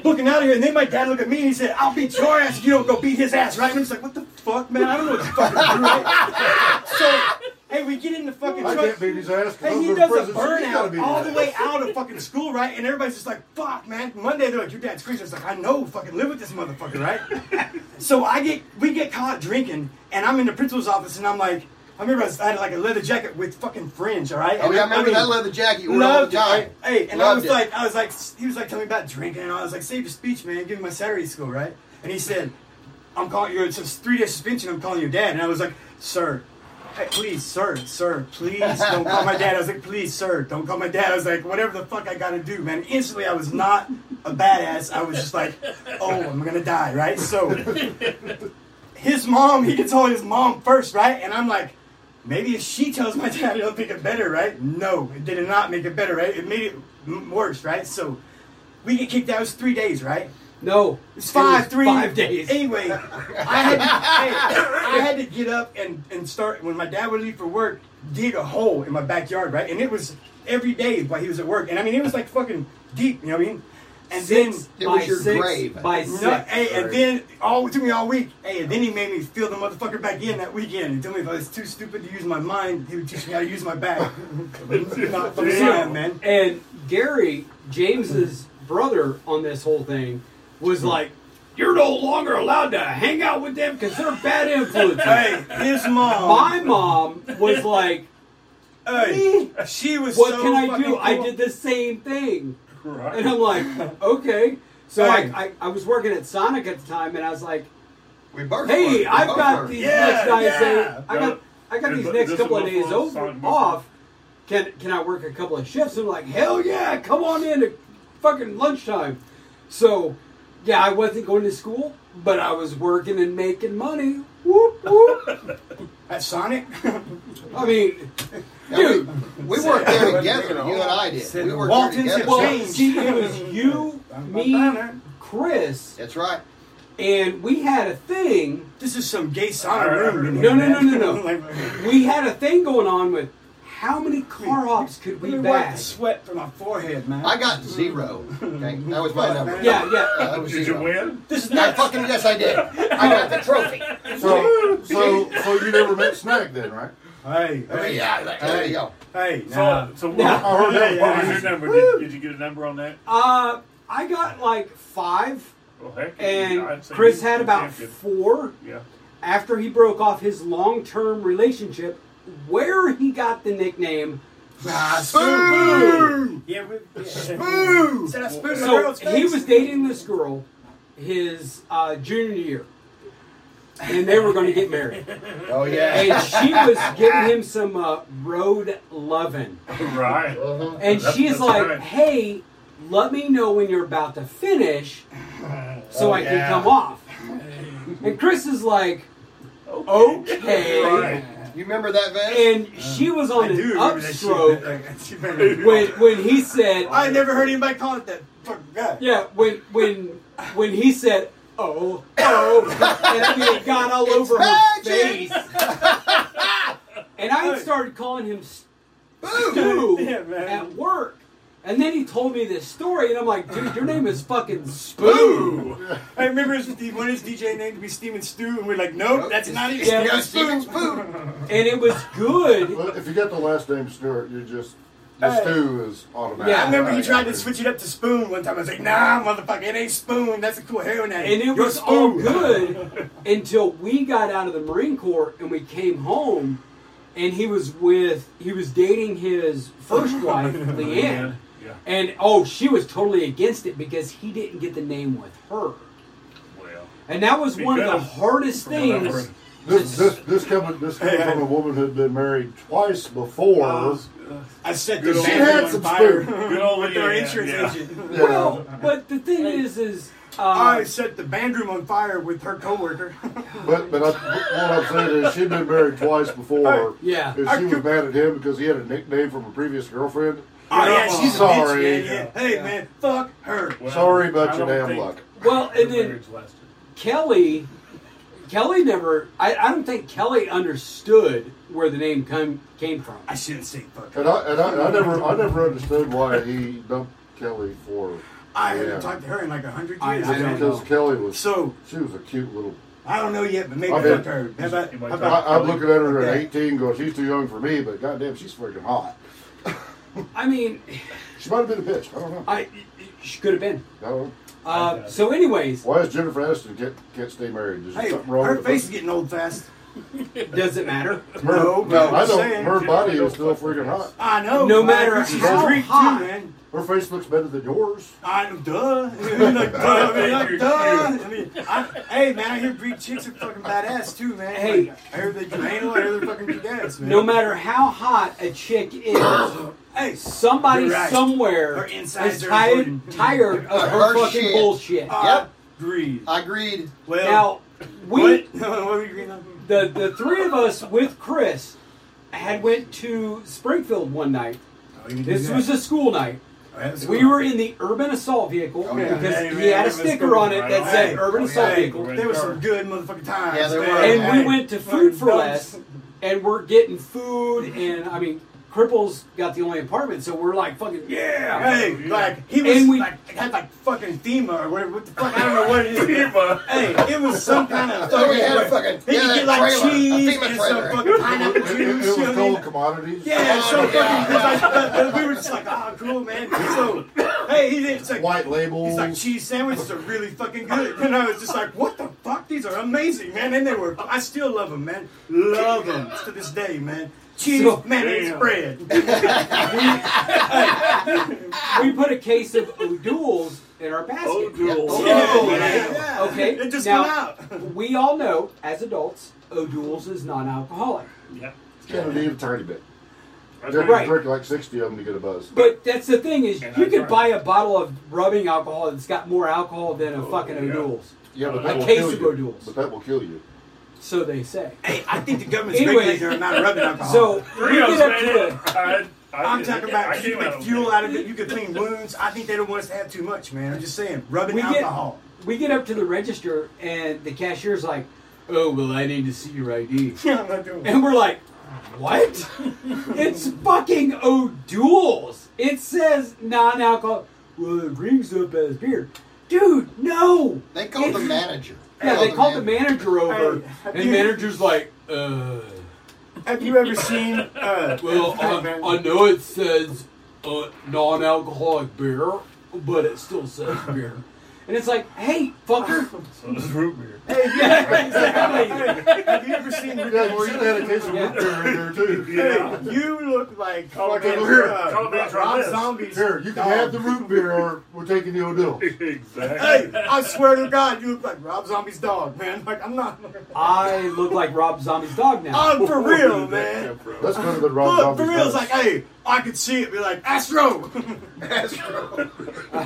S4: looking out of here, and then my dad looked at me and he said, "I'll beat your ass if you don't go beat his ass," right? And I'm just like, "What the fuck, man? I don't know what to fucking do." Right? So, hey, we get in the fucking
S3: I
S4: truck.
S3: can't beat his ass because
S4: Hey,
S3: I'm
S4: he
S3: going
S4: does
S3: to
S4: a
S3: prison. so he's gotta
S4: burnout
S3: beat
S4: all the
S3: his
S4: way
S3: ass.
S4: out of fucking school, right? And everybody's just like, fuck, man. Monday, they're like, your dad's crazy. I was like, I know, fucking live with this motherfucker, right? so I get, we get caught drinking, and I'm in the principal's office, and I'm like, I remember I was- I had like a leather jacket with fucking fringe, all right?
S8: Oh,
S4: And
S8: yeah, I remember
S4: mean-
S8: that leather jacket you wore all the
S4: Loved
S8: time.
S4: it, right? Hey, and I
S8: Loved
S4: was
S8: it.
S4: like, I was like, he was like telling me about drinking, and I was like, save your speech, man. Give me my Saturday school, right? And he said, I'm calling you. It's a three day suspension. I'm calling your dad. And I was like, sir, hey, please, sir, sir, please don't call my dad. I was like, please, sir, don't call my dad. I was like, whatever the fuck I gotta do, man. Instantly, I was not a badass. I was just like, oh, I'm gonna die, right? So his mom, he gets hold of his mom first, right? And I'm like, maybe if she tells my dad, it'll make it better, right? No, it did not make it better, right? It made it m- worse, right? So we get kicked out. It was three days, right?
S1: No,
S4: It's five,
S1: it was
S4: three,
S1: five days.
S4: Anyway, I had to, hey, I had to get up and, and start when my dad would leave for work, dig a hole in my backyard, right? And it was every day while he was at work, and I mean it was like fucking deep, you know what I mean? And
S1: Six
S4: then
S8: It
S1: by
S8: was your
S1: six
S8: grave.
S1: by
S4: no,
S1: six.
S4: hey, and then all it took me all week. Hey, and then he made me feel the motherfucker back in that weekend. He told me if I was too stupid to use my mind, he would teach me how to use my back. Not fucking lying, man.
S1: And Gary, James's brother on this whole thing, was like, You're no longer allowed to hang out with them because they're bad influences.
S4: Hey, um, his mom.
S1: My mom was like,
S4: Hey, she was.
S1: What
S4: so
S1: can I do?
S4: fucking
S1: I
S4: cool.
S1: did the same thing.
S2: Right.
S1: And I'm like, Okay. So
S4: Hey.
S1: I, I, I was working at Sonic at the time and I was like,
S8: We both
S1: Hey,
S8: were.
S1: I've
S8: Both were.
S1: got these
S4: Yeah,
S1: next guys.
S4: yeah.
S1: I got I got
S2: Is
S1: these
S2: th-
S1: next
S2: this
S1: couple
S2: a
S1: of days
S2: Buffalo
S1: over
S2: Sonic
S1: off. Can can I work a couple of shifts? And I'm like, hell yeah, come on in at fucking lunchtime. So, yeah, I wasn't going to school, but I was working and making money. Whoop whoop.
S4: At Sonic?
S1: I mean,
S8: Now,
S1: dude.
S8: We, we weren't there together.
S5: Said-
S8: You and I did. We weren't there
S4: Waltons
S8: together.
S4: have
S1: Well,
S4: changed.
S1: see, it was you, me, Chris,
S8: That's right.
S1: and we had a thing.
S4: This is some gay Sonic
S2: Alright,
S4: room.
S1: No, no, no, no, no. We had a thing going on with how many car hops could
S4: We
S1: we
S4: wiped the
S1: bash?
S4: sweat from my forehead, man.
S8: I got zero. Okay, that was my number.
S1: Yeah, yeah.
S8: Uh, that was
S2: Did you
S8: zero.
S2: win?
S4: this is
S8: I
S4: not
S8: fucking yes, I did. I got the trophy.
S3: So, so, so you never met Snag then, right?
S4: Hey,
S1: Oh,
S4: hey,
S8: Yeah, like, there you go.
S4: hey. nah.
S2: So, so what,
S3: I heard that.
S2: what was
S3: part.
S2: your number? Did, did you get a number on that?
S1: Uh, I got like five,
S2: Well, heck, yeah,
S1: and
S2: I'd say
S1: Chris
S2: you-
S1: had
S2: you
S1: about
S2: can't get-
S1: four
S2: Yeah.
S1: after he broke off his long term relationship, where he got the nickname.
S4: Ah, spoon. Yeah, we, yeah. spoon. Said I spoon my
S1: So
S4: girl's
S1: he
S4: face.
S1: was dating this girl his uh, junior year, and they were going to get married.
S8: Oh yeah.
S1: And she was giving him some uh, road lovin'.
S2: Right.
S1: And
S2: That's-
S1: she's
S2: that's
S1: like,
S2: right.
S1: hey, let me know when you're about to finish so I can
S8: yeah.
S1: come off. And Chris is like, okay.
S2: Right.
S8: You remember that, Vance?
S1: And she was
S4: I
S1: on
S4: do
S1: an
S4: remember that shit.
S1: upstroke
S4: Like,
S1: when, when he said,
S4: I never heard anybody call it that. Fuck God.
S1: yeah, when, when, when he said, oh, oh, and it got all over her
S8: magic.
S1: face. And I started calling him
S8: Boom.
S1: Stu
S4: Yeah, man.
S1: at work. And then he told me this story, and I'm like, dude, your name is fucking Spoo.
S4: I remember his, the- when his DJ name to be Steven Stew, and we're like, nope, that's not even
S1: Yeah,
S4: Steven
S1: that's
S4: Stew.
S1: And it was good.
S3: Well, if you got the last name Stewart, you just the
S4: Hey.
S3: stew is automatic.
S1: Yeah,
S4: I remember he tried to switch it up to Spoon one time. I was like, nah, motherfucker, it ain't Spoon. That's a cool heroin addict.
S1: And it
S4: You're
S1: was
S4: Spoon.
S1: all good until we got out of the Marine Corps and we came home, and he was with he was dating his first wife, Leanne,
S2: Yeah.
S1: and oh, she was totally against it because he didn't get the name with her,
S2: Well,
S1: and that was
S2: He
S1: one of the
S2: could've.
S1: hardest
S2: From what I've
S1: things.
S2: heard.
S3: This this this coming this coming
S4: Hey,
S3: from a woman who'd been married twice before.
S4: I set
S2: Good
S4: the
S2: old-
S4: family
S2: She had
S4: on
S3: some
S4: fire
S3: Spoon.
S2: Good old
S4: with our
S2: Leanne,
S4: insurance
S2: yeah.
S4: agent.
S3: Yeah.
S1: Well, but the thing is, is uh,
S4: I set the band room on fire with her coworker.
S3: But but I, what I'm saying is she'd been married twice before.
S1: Yeah.
S3: and she was mad at him because he had a nickname from a previous girlfriend.
S4: oh yeah, she's
S3: Sorry.
S4: a bitch, man. Yeah. Hey man, fuck her.
S2: Well,
S3: Sorry about
S2: I
S3: your
S2: don't
S3: damn
S2: think
S3: luck.
S1: well,
S2: the
S1: and then
S2: marriage lasted.
S1: Kelly, Kelly never. I, I don't think Kelly understood where the name come came from.
S4: I shouldn't say fuck. Her.
S3: And I and I, I never I never understood why he dumped Kelly for
S4: I haven't
S3: Yeah.
S4: talked to her in like a hundred
S1: I-
S4: years.
S1: I
S4: man.
S1: don't know.
S3: because Kelly was
S4: So
S3: she was a cute little.
S4: I don't know yet, but maybe
S3: I
S4: fuck
S3: bet-
S4: her. How about,
S2: You
S4: how
S2: might
S4: about
S3: I, I'm looking at her at
S4: Yeah.
S3: 18, going, she's too young for me, but goddamn, she's freaking hot.
S1: I mean,
S3: She might have been a bitch. I don't know. I
S1: I she could have been.
S3: don't know.
S1: Uh, so, anyways,
S3: Why is Jennifer Aniston can't, can't stay married? Is there
S4: Hey,
S3: something wrong
S4: her
S3: with
S4: face is getting old fast.
S1: does it matter?
S3: Her,
S4: No,
S3: no, I
S4: I'm
S3: know
S4: saying.
S3: her body is still freaking hot.
S4: I know.
S1: No
S4: but
S1: matter
S4: she's
S1: how
S4: a freak
S1: hot.
S4: too, man.
S3: Her face looks better than yours.
S4: I'm duh. like, duh. I mean, like, duh. I mean, I, hey, man, I hear Greek chicks are fucking badass too, man.
S1: Hey.
S4: Like, I heard they can handle. it, I hear they're fucking badass, man.
S1: No matter how hot a chick is,
S4: Hey,
S1: somebody
S4: You're right.
S1: somewhere
S4: Her
S1: is
S4: insides are
S1: tired,
S4: important. Uh,
S1: tired of her,
S8: Her
S1: fucking
S8: shit.
S1: bullshit.
S4: I agree.
S8: I agreed.
S4: Well,
S1: Uh, now, we
S4: what? what are we agreeing on?
S2: Oh,
S1: the the three of us with Chris had went to Springfield one night. This was a school night. We were in the urban assault vehicle
S8: Oh, yeah.
S1: because
S2: Hey,
S1: he
S2: man,
S1: had a
S2: it was
S1: sticker
S2: cool,
S1: on it
S2: right?
S1: that said
S2: Hey.
S1: urban
S2: Oh,
S1: assault
S2: yeah.
S1: vehicle.
S4: There was some good motherfucking times.
S8: Yeah, there
S4: man.
S8: were.
S1: and
S8: Hey.
S1: we went to Food for Less, and we're getting food, and I mean, Cripples got the only apartment, so we're like fucking yeah.
S4: Hey, like he was
S1: And we-
S4: like had like fucking FEMA or whatever. What the fuck? I don't know what it is.
S2: FEMA.
S4: Hey, it was some kind of.
S8: So Oh, we had a fucking-
S4: He
S8: yeah,
S4: could
S8: that
S4: get like
S8: trailer, a
S4: cheese
S8: FEMA
S4: and
S8: trailer.
S4: some fucking
S3: It,
S4: pineapple
S3: it-
S4: juice.
S3: it
S4: you
S3: was
S4: know what I
S3: called
S4: mean?
S3: commodities.
S4: Yeah, it's so
S8: Oh,
S4: fucking.
S8: yeah.
S4: it's like- but- but we were just like, oh, cool, man. So, hey, he did. It's like,
S3: White labels.
S4: He's like, cheese sandwiches are really fucking good. And I was just like, what the fuck? These are amazing, man. And they were, I still love them, man. Love them to this day, man. Cheese,
S1: So-
S4: mayonnaise,
S2: Damn.
S4: bread.
S1: We put a case of O'Douls in our basket. Oh,
S2: O'Doul's.
S4: Yeah,
S2: man.
S4: Oh, yeah.
S1: Okay,
S4: It just
S1: now,
S4: went out.
S1: We all know, as adults, O'Doul's is non-alcoholic,
S2: Yeah.
S3: Can't eat a tiny bit.
S2: That's
S3: You have
S1: Right.
S3: to drink like 60 of them to get a buzz.
S1: but that's the thing is,
S2: And
S1: you
S2: I
S1: could
S2: tried.
S1: buy a bottle of rubbing alcohol that's got more alcohol than
S4: Oh,
S1: a fucking
S2: yeah.
S1: O'Doul's.
S3: yeah, but
S1: a
S3: that will
S1: case
S3: kill
S1: of
S3: you.
S1: O'Doul's.
S3: But that will kill you.
S1: So they say.
S4: Hey, I think the government's
S1: Anyway,
S4: regulating our amount of rubbing alcohol.
S1: So we
S2: Three of
S1: get
S2: us
S1: up
S2: made
S1: to
S2: it.
S1: the-
S2: I- I
S4: I'm
S2: did
S4: talking
S2: it.
S4: about
S2: I
S4: you
S2: came
S4: can make
S2: okay.
S4: fuel out of it. You can clean wounds. I think they don't want us to have too much, man. I'm just saying, rubbing
S1: we get
S4: alcohol.
S1: we get up to the register and the cashier's like, "Oh well, I need to see your ID,"
S4: Yeah, I'm not doing it.
S1: and we're like, "What? it's fucking O'Doul's. It says non-alcohol. Well, it rings up as beer, dude. No,
S8: They called the
S1: It's-
S8: manager.
S1: Yeah, they called the
S8: man-
S1: manager over,
S4: Hey,
S1: and
S4: have
S1: the
S4: you-
S1: manager's like, "Uh,
S4: Have you ever seen? Uh,
S1: well, I, I know it says uh, non-alcoholic beer, but it still says beer." And it's like, hey, fucker.
S2: So this root beer.
S1: yeah, exactly.
S4: have you ever seen? Rick and
S3: Yeah, you should
S4: Morty?
S3: have had a case of root beer in there, too.
S2: Yeah.
S4: Hey, you look like
S2: Oh,
S4: fucking,
S3: come here.
S4: uh,
S2: Come here, try
S4: Rob
S2: this.
S4: Zombie's.
S3: Here, you can
S4: dog.
S3: have the root beer or we're taking the O'Doul's.
S2: Exactly.
S4: Hey, I swear to God, you look like Rob Zombie's dog, man. Like I'm not.
S1: I look like Rob Zombie's dog now.
S4: I'm for
S2: Where
S4: real,
S2: did that come
S4: man.
S2: from?
S3: That's better than Rob
S4: Look,
S3: Zombie's.
S4: for real, it's
S3: face.
S4: like, hey, I could see it. Be like, Astro.
S8: You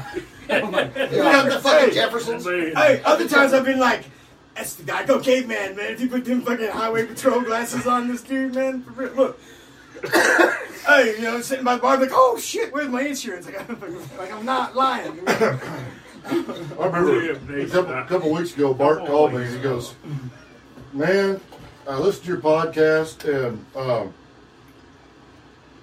S8: have the
S4: Hey.
S8: fucking Jeffersons.
S2: Man.
S4: hey, other times I've been like, that's the guy. Go caveman, man. If you put them fucking highway patrol glasses on this dude, man, for real. Look. hey, you know, sitting by the bar, like, oh shit, where's my insurance? Like, I'm, like, I'm not lying.
S3: I remember a couple, a couple weeks ago, Bart called me and he goes, "Man, I listened to your podcast and um,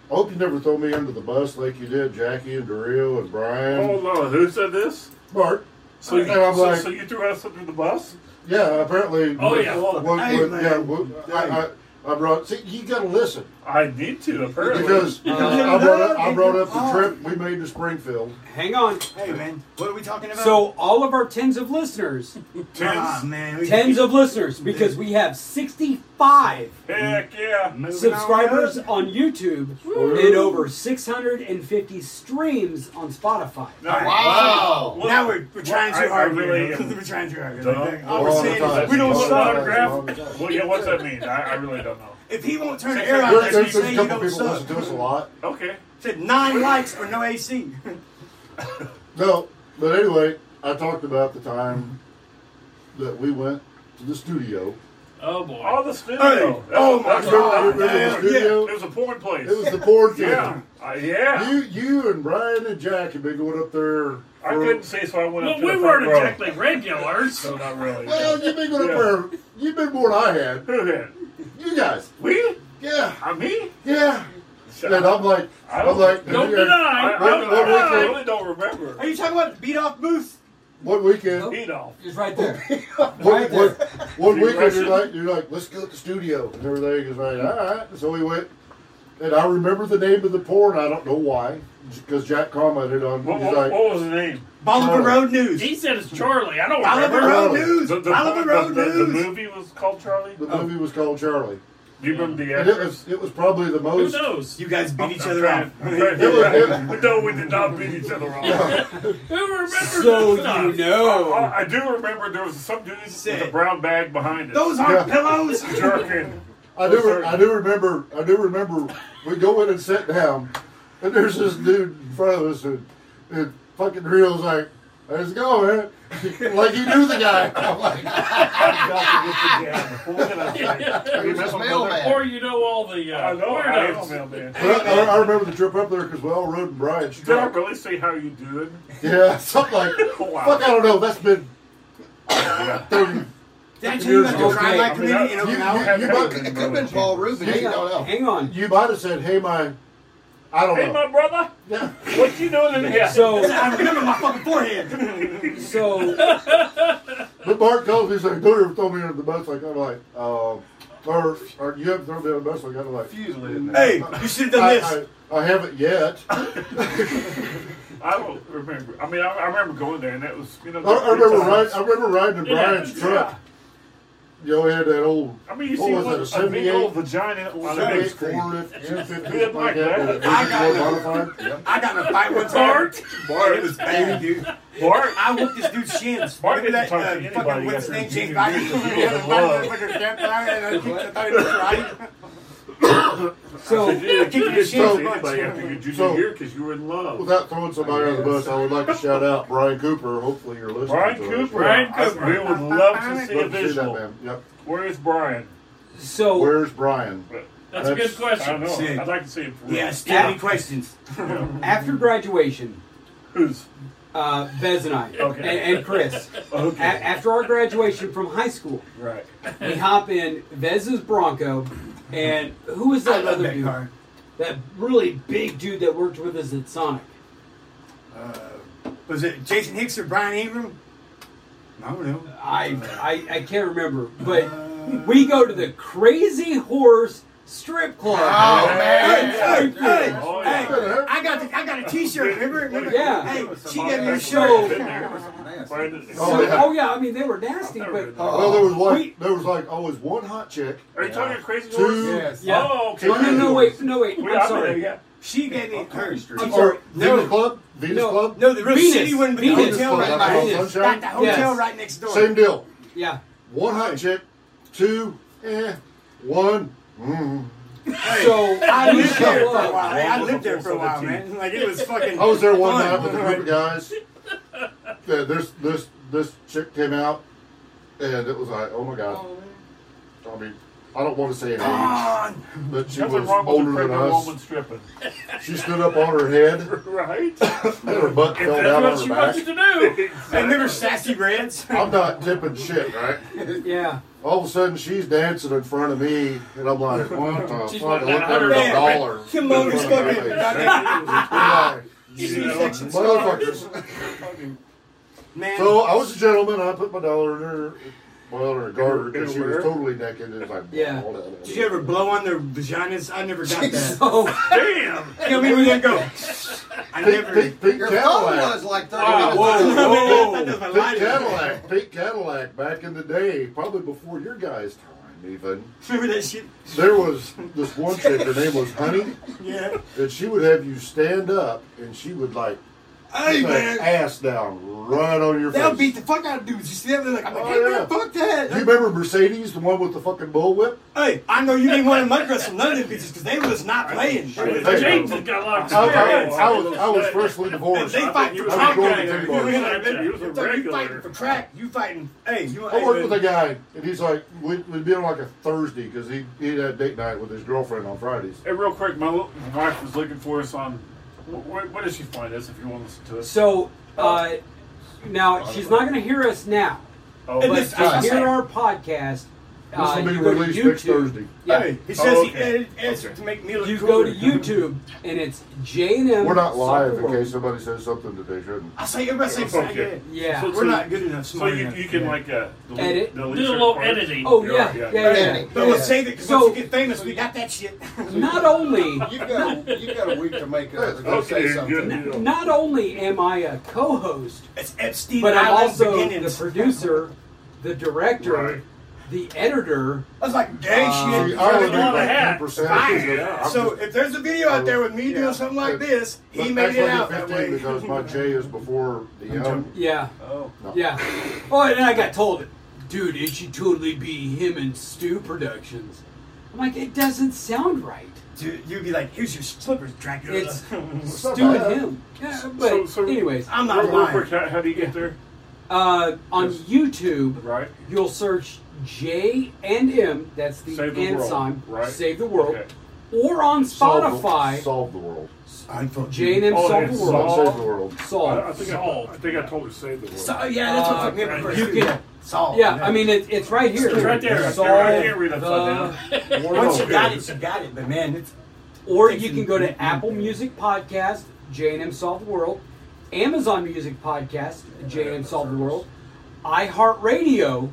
S3: I hope you never throw me under the bus like you did Jackie and Dario and Brian.
S2: Oh no, who said this?
S3: Bart.
S2: So you,
S3: And I'm
S2: so,
S3: like-
S2: so you threw us under the bus?
S3: Yeah, apparently.
S2: Oh, yeah.
S3: what- what-
S4: Hey, man.
S3: yeah, what- I, I, I brought. See, you got to listen
S2: I need to apparently.
S3: because
S4: You gotta
S3: I, brought up,
S4: love
S3: I
S4: it.
S3: brought up the
S4: Oh.
S3: trip we made to Springfield.
S1: Hang on.
S4: Hey man, what are we talking about?
S1: So all of our tens of listeners,
S4: ah, man, we-
S1: tens of listeners, because we have sixty-five
S2: Heck yeah.
S4: Moving on
S1: subscribers
S4: up.
S1: on YouTube and over six hundred and fifty streams on Spotify.
S2: Nice.
S8: Wow.
S2: Well,
S4: now we're, we're trying
S2: I- I
S4: too hard.
S2: really
S4: here.
S2: am-
S4: we're trying too hard.
S2: Don't-
S4: Like,
S2: All
S4: all we're
S3: the
S4: saying
S3: time.
S4: is we don't
S3: All the
S4: suck.
S3: time.
S2: autograph? Well, yeah, what's that mean? I, I really don't know.
S4: If he won't turn the
S2: Say
S4: air on,
S2: something.
S4: let
S3: There,
S4: me
S3: there's, there's
S4: say
S3: a
S4: you
S3: couple
S4: don't
S3: people listen
S4: suck.
S3: to us a lot.
S2: Okay.
S4: Said nine likes or no AC.
S3: No, but anyway, I talked about the time that we went to the studio.
S7: Oh boy.
S2: All the
S4: Hey,
S2: studio.
S4: oh my
S2: That's where-
S4: God,
S2: that-
S4: man,
S2: that-
S3: yeah.
S2: It was a porn place.
S3: It was the porn theater.
S2: yeah. Uh, yeah.
S3: You, you and Brian and Jack have been going up there.
S2: I
S3: for-
S2: couldn't see, so I went
S7: well,
S2: up to
S7: we
S2: the
S7: weren't
S2: front row.
S7: exactly regulars.
S2: So not really.
S3: Well, you've been going
S2: Yeah.
S3: up there. You've been more than I had.
S2: Who did?
S3: You guys.
S2: We?
S3: Yeah.
S2: I me?
S3: Yeah. And I'm like,
S2: I
S3: I'm like,
S7: Don't
S3: and-
S2: I,
S7: deny.
S2: I,
S7: Don't
S3: what- what
S7: deny.
S2: I
S3: weekend-
S2: really don't remember.
S4: Are you talking about the beat off booth?
S3: One weekend,
S2: Eat off.
S1: It's right there.
S3: one,
S1: there.
S3: one, one
S2: You
S3: weekend,
S2: rushing?
S3: you're like, you're like, let's go to the studio and everything. is like, all right. So we went, and I remember the name of the porn. I don't know why, because Jack commented on.
S2: What,
S3: He's
S2: what,
S7: oh,
S3: like,
S2: what was the name?
S4: Bolivar
S3: Charlie.
S4: Road News.
S7: He said it's Charlie. I don't
S4: Bolivar
S7: remember.
S4: Road
S3: Charlie.
S4: News.
S2: The, the,
S4: Bolivar Road
S2: the, the, the
S4: News.
S2: movie was called Charlie.
S7: oh,
S3: the movie was called Charlie,
S2: Do you remember the
S3: and it
S2: actress?
S3: was it was probably the
S7: Who
S3: most.
S7: knows?
S4: You guys beat each
S2: I'm
S4: other
S2: trying-
S4: up.
S2: I'm trying to-
S3: It was-
S2: No, we did not beat each other up. Uh,
S7: Who remembers
S1: So
S7: this stuff?
S1: you know.
S2: I, I do remember there was some dude with
S4: Sick.
S2: a brown bag behind us.
S4: Those aren't
S3: Yeah.
S4: pillows.
S2: jerking.
S3: I do re- I do remember I do remember we go in and sit down, and there's this dude in front of us and, and fucking Rio's like, "How's it going, man?" like he knew the guy. I'm like,
S2: What can I say?
S8: It was his mailman.
S7: Or you know all the. Uh,
S2: I know. I am
S7: weirdos.
S2: mailman. Did
S3: But I, I remember the trip up there because well, Road and Brian
S2: I
S3: struck.
S2: really see how you doing?
S3: Yeah, something like.
S2: Wow.
S3: Fuck, I don't know. That's been thirty.
S4: Did I tell you about
S1: Okay.
S4: the crime
S1: I
S4: light
S2: mean,
S4: committee in
S2: that-
S4: Okinawa?
S3: You- you-
S8: It could have been Paul Rubin. You
S1: Hang
S8: don't
S1: on.
S8: know.
S1: Hang on.
S3: You might have said, "Hey, my," I don't
S2: Hey,
S3: know.
S2: my brother.
S3: Yeah.
S2: What you doing in here?
S1: So
S4: I remember my fucking forehead.
S1: so
S3: But Mark calls me he's like, "Don't ever throw me under the bus." Like I'm like, uh, or, or you haven't thrown me under the bus. Like I'm like,
S4: hey, you should have done this.
S3: I, I, I haven't yet.
S2: I don't remember. I mean, I, I remember going there, and that was you know.
S3: I, I remember riding. I remember riding in
S2: Yeah,
S3: Brian's
S2: yeah.
S3: truck. You know, he had that old.
S2: I mean, you
S3: what
S2: see
S3: was
S2: what,
S3: it? A
S2: a big old
S3: 78?
S2: vagina on the
S3: 78
S2: big screen.
S3: forklift, 250,
S2: Yeah, like
S3: like that,
S2: that.
S3: with a 54 modified.
S4: I got in a fight one time.
S7: Bart.
S4: Bart. It was bad, dude.
S2: Bart,
S4: I whooped this dude's shins.
S2: Bart
S4: Remember that
S2: didn't talk to
S4: uh, fucking
S2: anybody
S4: what's his
S2: after
S4: name,
S2: junior
S4: James Biden?
S2: year 'cause he
S4: Yeah, Biden
S2: was in love.
S4: fucking camped out and I kicked- I thought he was karate.
S1: so
S2: you
S4: kicked
S2: didn't
S4: his
S2: talk
S4: shins
S2: to
S4: much.
S2: anybody after your junior
S3: So-
S2: year because you were in love.
S3: Without throwing somebody under the bus, I would like to shout out Brian Cooper. Hopefully, you're listening.
S2: Brian
S3: to
S2: Cooper.
S7: Brian
S2: I-
S7: Cooper.
S2: We would love to
S3: Us.
S2: see a
S3: Love to see that
S2: visual.
S3: man. Yep.
S2: Where is Brian?
S1: so
S3: Where's Brian?
S7: That's a good
S3: That's-
S2: I
S7: question.
S2: know.
S4: Sick.
S2: I'd like to see him.
S4: Yeah,
S2: Yes.
S4: still any questions?
S1: after graduation,
S2: Who's?
S1: uh, Bez and I
S2: Okay.
S1: and, and Chris. A-
S2: Okay.
S1: after our graduation from high school,
S2: Right.
S1: we hop in Vez's Bronco, and who was
S4: I
S1: that
S4: love
S1: other
S4: that
S1: dude?
S4: car.
S1: That really big dude that worked with us at Sonic.
S4: Was it Jason Hicks or Brian Ingram? I don't know.
S1: I I, I can't remember, but we go to the Crazy Horse Strip Club.
S8: Oh, man.
S4: Hey, hey, hey,
S2: Oh,
S4: hey,
S2: yeah.
S4: I got the, I got a T-shirt. Remember? remember?
S1: Yeah.
S4: Hey, she gave me a
S1: So-
S4: shirt.
S2: Brian,
S1: So,
S3: Oh, yeah.
S1: oh yeah, I mean they were nasty,
S2: I've never
S1: but
S2: been there.
S3: Well, there was like
S1: We-
S3: there was like always one hot chick.
S2: Are you talking crazy
S3: Two-
S2: horse?
S3: Yes.
S1: Yeah.
S2: Oh, okay.
S1: no, no, no, wait, no, wait.
S2: Wait,
S1: I'm
S2: I'm
S1: sorry.
S2: there, yeah.
S4: She gave me her.
S1: I'm
S3: Or
S1: sorry.
S3: Venus
S1: No,
S3: Club. Venus
S1: No.
S3: Club.
S4: No, the real
S1: Venus,
S4: shitty one, but the
S1: Venus
S4: hotel
S1: Club,
S4: right
S1: I
S4: by
S1: believe.
S4: the
S3: Sunshine?
S4: Like the hotel
S1: Yes.
S4: right next door.
S3: Same deal.
S1: yeah.
S3: One hot chick. Two. Eh. One. Mm.
S1: So
S4: I
S1: we
S4: lived there
S1: show
S4: for a
S1: up.
S4: while. Hey, I lived there
S2: Walls
S4: for a
S2: of
S4: while,
S2: the
S4: man. Like it was fucking.
S3: I was there one
S4: fun.
S3: night with a group of guys. Yeah, this this this chick came out, and it was like, oh my god. I mean, I don't want to say her
S4: Fun.
S3: age, but she
S2: Nothing
S3: was
S2: wrong with a
S3: older than
S2: pregnant
S3: us.
S2: woman stripping.
S3: She stood up on her head,
S2: Right?
S3: and her butt
S7: If
S3: fell down
S7: that's what
S3: on
S7: she
S3: her
S7: wants
S3: back.
S7: you to do.
S4: I remember sassy reds.
S3: I'm not tipping shit, right?
S1: Yeah.
S3: all of a sudden she's dancing in front of me, and I'm like, what the
S7: She's
S3: fuck? I
S7: like,
S3: looked at her
S7: "Man,
S3: a dollar.
S4: Kimono's fucking.
S3: Yeah,
S4: C-section
S3: Motherfuckers.
S4: Man,
S3: So I was a gentleman. I put my dollar in her, well, in her garter because she
S2: Underwear.
S3: was totally naked. And it's like,
S1: Yeah.
S4: did you ever blow on their vaginas? I never got that.
S1: Oh,
S4: You
S7: Damn.
S4: know what I mean? We didn't go. I
S3: Pink,
S4: never.
S3: pink, pink
S8: Your phone was
S3: Cadillac.
S8: like 30
S7: Ah,
S8: minutes.
S7: whoa,
S4: That
S7: whoa.
S4: does my
S3: Pink
S4: lighting.
S3: Cadillac. Pink Cadillac back in the day, probably before your guys' time, even.
S4: Remember that shit?
S3: There was this one chick, her name was Honey,
S4: Yeah.
S3: and she would have you stand up and she would like
S4: Hey
S3: put that
S4: man,
S3: ass down right on your
S4: that'll
S3: face.
S4: beat the fuck out of dudes. You see that? They're like, I'm like,
S3: Oh,
S4: hey
S3: yeah.
S4: man, fuck that.
S3: you remember Mercedes, the one with the fucking bullwhip?
S4: Hey, I know you didn't want to mud wrestle none of them bitches because they was not playing.
S2: Hey.
S7: James has got a lot of
S3: I, I,
S7: experience.
S3: I was, I was freshly
S4: And
S3: divorced.
S4: they fight
S2: you
S4: for
S2: was
S3: I was
S4: track.
S3: going
S2: okay.
S3: to
S2: You
S3: ten
S2: were
S3: bars.
S2: He was a
S4: It's like you
S2: regular.
S4: fighting for track. You fighting. Hey, you.
S3: I
S4: hey,
S3: worked with a
S4: man.
S3: guy, and he's like, we'd, we'd be on like a Thursday because he he had date night with his girlfriend on Fridays.
S2: Hey, real quick, my lo- my wife was looking for us on. Where, where did she find us? If you want to listen to us.
S1: so uh, now she's not going to hear us now,
S2: Oh,
S4: And
S1: but
S4: this-
S1: just
S4: I
S1: hear
S4: said-
S1: our podcast.
S3: This will
S1: uh,
S3: be
S1: you go to
S3: released next
S1: YouTube.
S3: Thursday.
S1: Yeah.
S4: Hey, he
S2: Oh,
S4: says he
S2: okay.
S4: edited edits to make me look
S1: You go
S4: cooler.
S1: to YouTube and it's J and M.
S3: We're not live in case somebody says something that they shouldn't.
S4: I say everybody says that.
S2: Okay.
S4: yeah.
S1: Yeah.
S4: We're not good enough.
S2: So
S4: smart
S2: you,
S4: enough.
S2: you can
S4: Yeah.
S2: like uh, delete,
S1: Edit.
S7: Do a
S2: delete
S7: little
S2: certain parts.
S7: editing.
S1: Oh
S2: You're
S1: yeah,
S2: right,
S1: yeah,
S2: yeah.
S1: yeah.
S8: Editing.
S4: But we'll
S8: Yeah.
S4: save it because
S1: So-
S4: once we get famous, we got that shit.
S1: Not only
S8: You've got, a, you've got a week to make a, to
S2: Oh, Okay,
S8: say
S2: good
S8: something.
S2: deal.
S1: not only am I a co-host,
S4: It's Epstein
S1: but I'm
S4: Island
S1: also
S4: beginnings.
S1: the producer, the director,
S2: Right.
S1: the editor.
S4: I was like, gay
S1: Uh,
S4: shit.
S3: I only do
S7: Throw on a
S3: like
S7: hat.
S3: 10%.
S4: Fire.
S3: I'm
S4: So
S3: just-
S4: if there's a video out there with me
S8: Yeah.
S4: doing something
S3: But-
S4: like this, he
S3: but
S4: made
S3: that's
S4: it
S3: only
S4: out that
S3: 15
S4: way.
S3: Because my J is before the um, M.
S1: Yeah,
S8: Oh.
S1: yeah. Oh, and I got told, dude, it should totally be him and Stu Productions. I'm like, it doesn't sound right.
S4: Dude, you'd be like, here's your slippers, Dracula.
S1: It's
S3: not
S1: Stu
S3: bad.
S1: and him. Yeah, but
S2: So- so-
S1: anyways,
S4: I'm
S2: Real-
S4: not
S2: real quick,
S4: lying.
S2: how, how do you get there?
S1: uh, on
S2: Yes.
S1: YouTube,
S2: Right.
S1: you'll search J and M. That's the,
S2: Save the
S1: and
S2: world,
S1: sign.
S2: right?
S1: Save the world.
S2: Okay.
S1: Or on
S3: Solve the-
S1: Spotify,
S3: Solve the world.
S4: I'm fucking-
S1: J and M
S2: Oh,
S1: Solve
S2: it's
S1: the
S3: Don't
S1: World.
S2: Solve.
S3: save the world.
S2: I, I
S1: Solve.
S2: think I, I think I told her to save the world.
S4: So, yeah, that's
S1: Uh,
S4: what fucking me first.
S1: you can-
S4: yeah. Solve.
S1: Yeah, I mean it, it's right here.
S7: It's right there.
S1: Solve
S2: I can't read upside
S1: the
S2: down.
S4: Once you got it, you got it. But man, it's
S1: Or you can go to Apple Music Podcast, J&M Solve the World, Amazon Music Podcast, J&M Solve the World, iHeartRadio,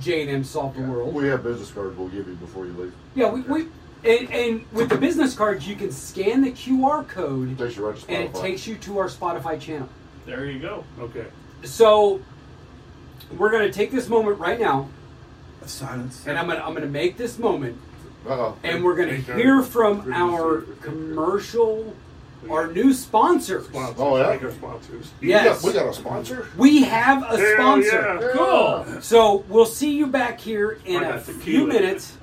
S1: J&M Solve the World.
S3: We have business cards we'll give you before you leave.
S1: Yeah, we, we and, and with the business cards, you can scan the QR code
S3: Takes you right to Spotify.
S1: and it takes you to our Spotify channel.
S7: There you go.
S2: Okay.
S1: So we're going to take this moment right now,
S4: of silence.
S1: and I'm going to I'm going to make this moment
S3: Uh-oh.
S1: and we're going
S2: Thank
S1: to
S2: you.
S1: hear from
S2: Good to
S1: our
S2: see you.
S1: commercial, our new sponsors.
S2: Sponsors.
S3: Oh, yeah?
S2: I think our sponsors.
S1: Yes,
S3: We got a sponsor?
S1: we have a
S2: Hell
S1: sponsor.
S2: yeah.
S7: Cool.
S1: So we'll see you back here in
S2: I
S1: a
S2: got
S1: few
S2: tequila.
S1: minutes.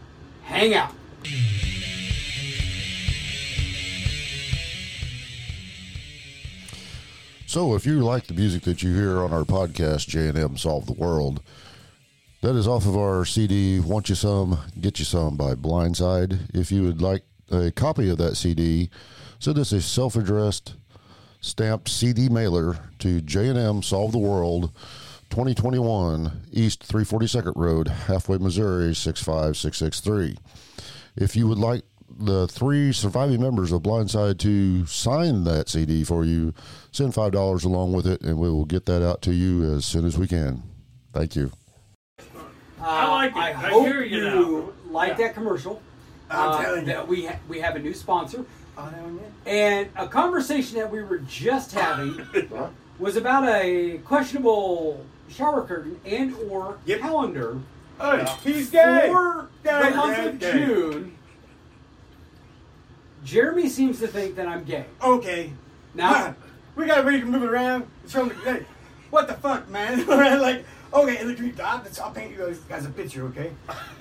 S1: Hang out.
S3: So, if you like the music that you hear on our podcast, J&M Solve the World, that is off of our CD, Want You Some, Get You Some by Blindside. If you would like a copy of that CD, send us a self addressed stamped CD mailer to J&M Solve the World, 2021 East 342nd Road, halfway Missouri 65663. If you would like the three surviving members of Blindside to sign that CD for you, send five dollars along with it, and we will get that out to you as soon as we can. Thank you.
S1: Uh,
S7: like it. I
S1: hope
S7: hear you
S1: like that commercial.
S4: I'm
S1: uh,
S4: telling you.
S1: that we ha- we have a new sponsor
S4: Oh, that one, yeah.
S1: and a conversation that we were just having was about a questionable shower curtain and or
S4: Yep.
S1: calendar
S4: Hey, he's gay.
S1: For
S4: Gay,
S1: the month
S4: gay,
S1: of
S4: gay.
S1: June, Jeremy seems to think that I'm gay.
S4: Okay.
S1: Now,
S4: we gotta ready to move it around. It's from the hey, What the fuck, man? Right, like, okay, look, you- I'll, I'll paint you guys- guys a picture, okay?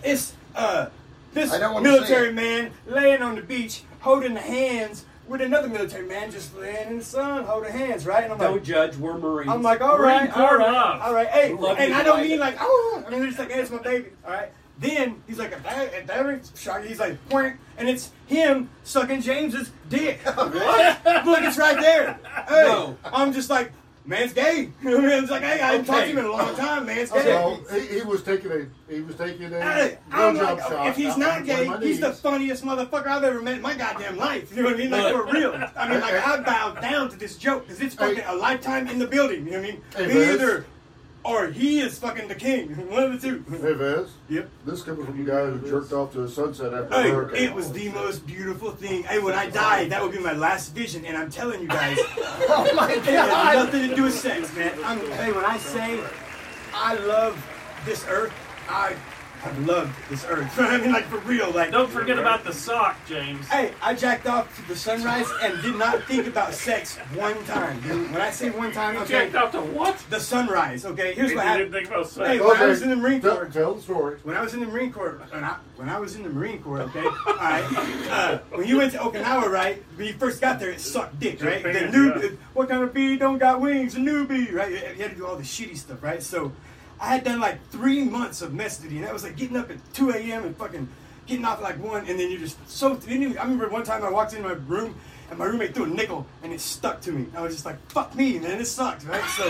S4: It's uh, this
S8: I don't wanna see
S4: military
S8: it.
S4: man laying on the beach, holding the hands with another military man just laying in the sun, holding hands, right? And I'm
S1: don't
S4: like,
S1: judge. We're Marines.
S4: I'm like, all
S7: Marine
S4: right, all
S7: Corps
S4: right,
S7: love.
S4: all right. Hey,
S1: Love
S4: and
S1: you,
S4: I don't
S1: Mike.
S4: mean like, oh, I mean, they're just like, hey, it's my baby, all right. Then he's like, if that, if that ain't shot, he's like, point, and it's him sucking James's dick. Look, it's right there. Hey,
S1: No.
S4: I'm just like, man's gay. You know what I mean? It's like, hey, I haven't talked to him in a long time. Man's gay.
S3: So he, he was taking a he was taking a
S4: I,
S3: blow
S4: I'm
S3: job
S4: like,
S3: shot.
S4: if he's
S3: out
S4: not
S3: on one
S4: gay,
S3: of my
S4: he's the
S3: knees.
S4: funniest motherfucker I've ever met in my goddamn life. You know what I mean? Like, for real. I mean, like, I bow down to this joke because it's fucking a lifetime in the building. You know what I mean?
S3: Hey,
S4: We
S3: Vince.
S4: either, or he is fucking the king. One of the two.
S3: Hey Vez,
S4: Yep.
S3: this coming from the guy who jerked off to a sunset after a
S4: Hey,
S3: hurricane.
S4: it was the most beautiful thing. Hey, when I die, that would be my last vision, and I'm telling you guys,
S8: Oh my
S4: it has
S8: god!
S4: nothing to do with sex, man. I'm, hey, when I say I love this earth, I have loved this earth. I mean, like for real, like
S7: Don't forget about the sock, James.
S4: Hey, I jacked off to the sunrise and did not think about sex one time. dude. When I say one time,
S7: You
S4: okay,
S7: jacked off to what?
S4: the sunrise. okay? Here's
S7: You
S4: what
S7: didn't
S4: happened.
S7: think about sex.
S4: Hey,
S3: Okay,
S4: when I was in the Marine
S3: tell-
S4: Corps-
S3: Tell the story.
S4: When I was in the Marine Corps, when I, when I was in the Marine Corps, okay, all right. Uh, when you went to Okinawa, right? When you first got there, it sucked dick, right? The
S7: Japan,
S4: noob,
S7: yeah.
S4: what kind of bee don't got wings? A newbie, right? You had to do all the shitty stuff, right? So, I had done like three months of mess duty, and that was like getting up at 2 a.m. and fucking getting off at like one, and then you're just so. Didn't even, I remember one time I walked into my room, and my roommate threw a nickel, and it stuck to me. I was just like, "Fuck me, man, this sucks," right? So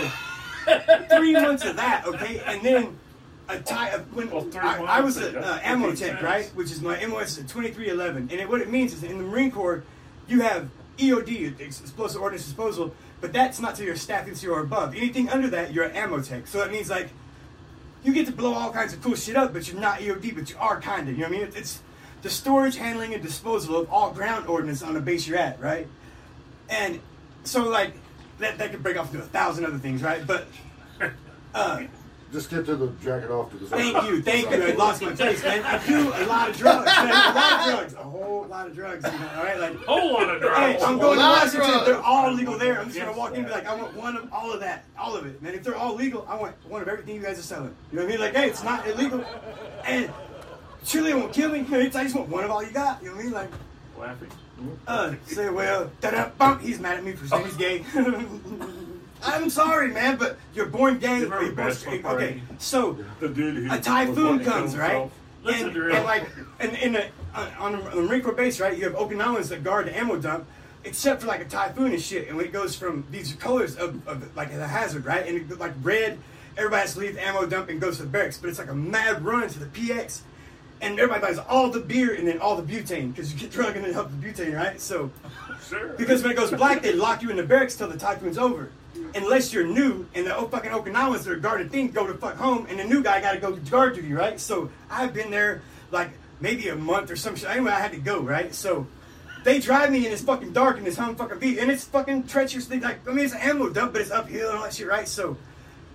S4: three months of that, okay, and then a tie. uh, When
S7: Well, three
S4: I, I was
S7: months,
S4: a
S7: that's
S4: uh, ammo
S7: 15
S4: tech,
S7: cents.
S4: right, which is my MOS at twenty three eleven, and it, what it means is in the Marine Corps, you have EOD, ex- explosive ordnance disposal, but that's not to your staff NCO or above. Anything under that, you're an ammo tech. So that means like you get to blow all kinds of cool shit up, but you're not EOD, but you are kind of. You know what I mean? It's- It's the storage, handling, and disposal of all ground ordnance on the base you're at, right? And so, like, that, that could break off into a thousand other things, right? But
S3: Just get to the jacket off to the sunset.
S4: thank you, thank you. I lost my place, man. I do a lot of drugs, man. A lot of drugs. A whole lot of drugs. You know, all right? Like,
S7: Whole lot of
S4: Hey,
S7: drugs.
S4: I'm going to
S8: Well, that's
S4: Washington.
S8: right.
S4: They're all legal there. I'm just gonna
S7: Yes.
S4: walk in and be like, I want one of all of that, all of it, man. If they're all legal, I want one of everything you guys are selling. You know what I mean? Like, hey, it's not illegal, and surely it won't kill me. I just want one of all you got. You know what I mean? Like,
S7: Laughing.
S4: uh, say, well, da-da, bump. He's mad at me for saying he's gay. I'm sorry, man, but you're born gay.
S7: You're
S4: Or you're born
S7: best
S4: straight.
S7: for
S4: Okay,
S7: party.
S4: so
S2: The dude who
S4: a typhoon comes, right?
S7: Listen
S4: and,
S7: to her.
S4: and like, and in a, on, on the Marine Corps base, right? You have Okinawans that guard the ammo dump, except for like a typhoon and shit. And when it goes from these colors of, of like the hazard, right? And it, like red, everybody has to leave the ammo dump and goes to the barracks. But it's like a mad run to the PX, and everybody buys all the beer and then all the butane because you get drunk and then help the butane, right? So
S7: Sure.
S4: because when it goes black, they lock you in the barracks till the typhoon's over. Unless you're new, and the o- fucking Okinawans that are guarding things go to fuck home, and the new guy got to go guard duty, right? So I've been there like maybe a month or some shit. Anyway, I had to go, right? So they drive me in this fucking dark in this home fucking beat, and it's fucking treacherously like I mean it's an ammo dump, but it's uphill and all that shit, right? So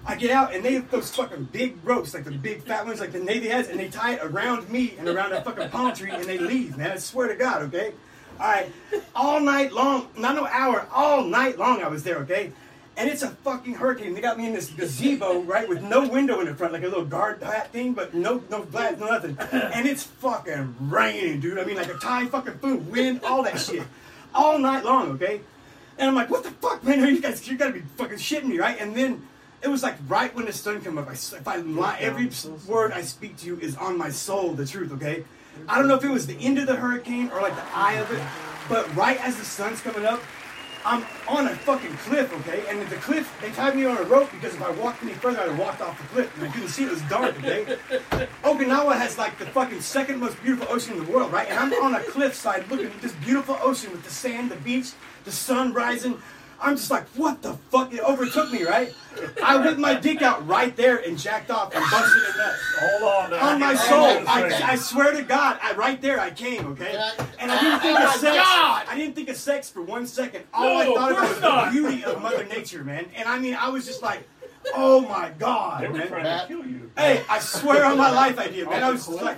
S4: I get out and they have those fucking big ropes, like the big fat ones, like the Navy has, and they tie it around me and around that fucking palm tree, and they leave, man. I swear to God, okay? All right, all night long, not no hour, all night long I was there, okay? And it's a fucking hurricane. They got me in this gazebo, right, with no window in the front, like a little guard hat thing, but no, no glass, no nothing. And it's fucking raining, dude. I mean, like a Thai fucking food, wind, all that shit, all night long, okay? And I'm like, what the fuck, man? Are you guys, you gotta be fucking shitting me, right? And then it was like right when the sun came up. I, s- if I lie, every s- word I speak to you is on my soul, the truth, okay? I don't know if it was the end of the hurricane or like the eye of it, but right as the sun's coming up, I'm on a fucking cliff, okay? And the cliff, they tied me on a rope because if I walked any further, I'd have walked off the cliff. And I couldn't see it, it was dark, okay? Okinawa has like the fucking second most beautiful ocean in the world, right? And I'm on a cliffside looking at this beautiful ocean with the sand, the beach, the sun rising. I'm just like, what the fuck? It overtook me, right? I whipped my dick out right there and jacked off and busted it nuts.
S2: Hold on. now.
S4: On my
S2: Hold
S4: soul,
S2: on a
S4: I,
S2: second.
S4: I swear to God, I right there I came, okay?
S8: Can I-
S4: And I didn't think
S8: Oh
S4: of
S8: my
S4: sex.
S8: God!
S4: I didn't think of sex for one second. All I
S7: No,
S4: thought
S7: of
S4: about
S7: course
S4: was the
S7: not.
S4: beauty of Mother Nature, man. And I mean, I was just like, oh my
S2: They
S4: God,
S2: were
S4: man.
S8: Matt.
S2: trying to kill you.
S4: Hey, I swear on my life I did, man.
S8: Oh,
S4: I was just like,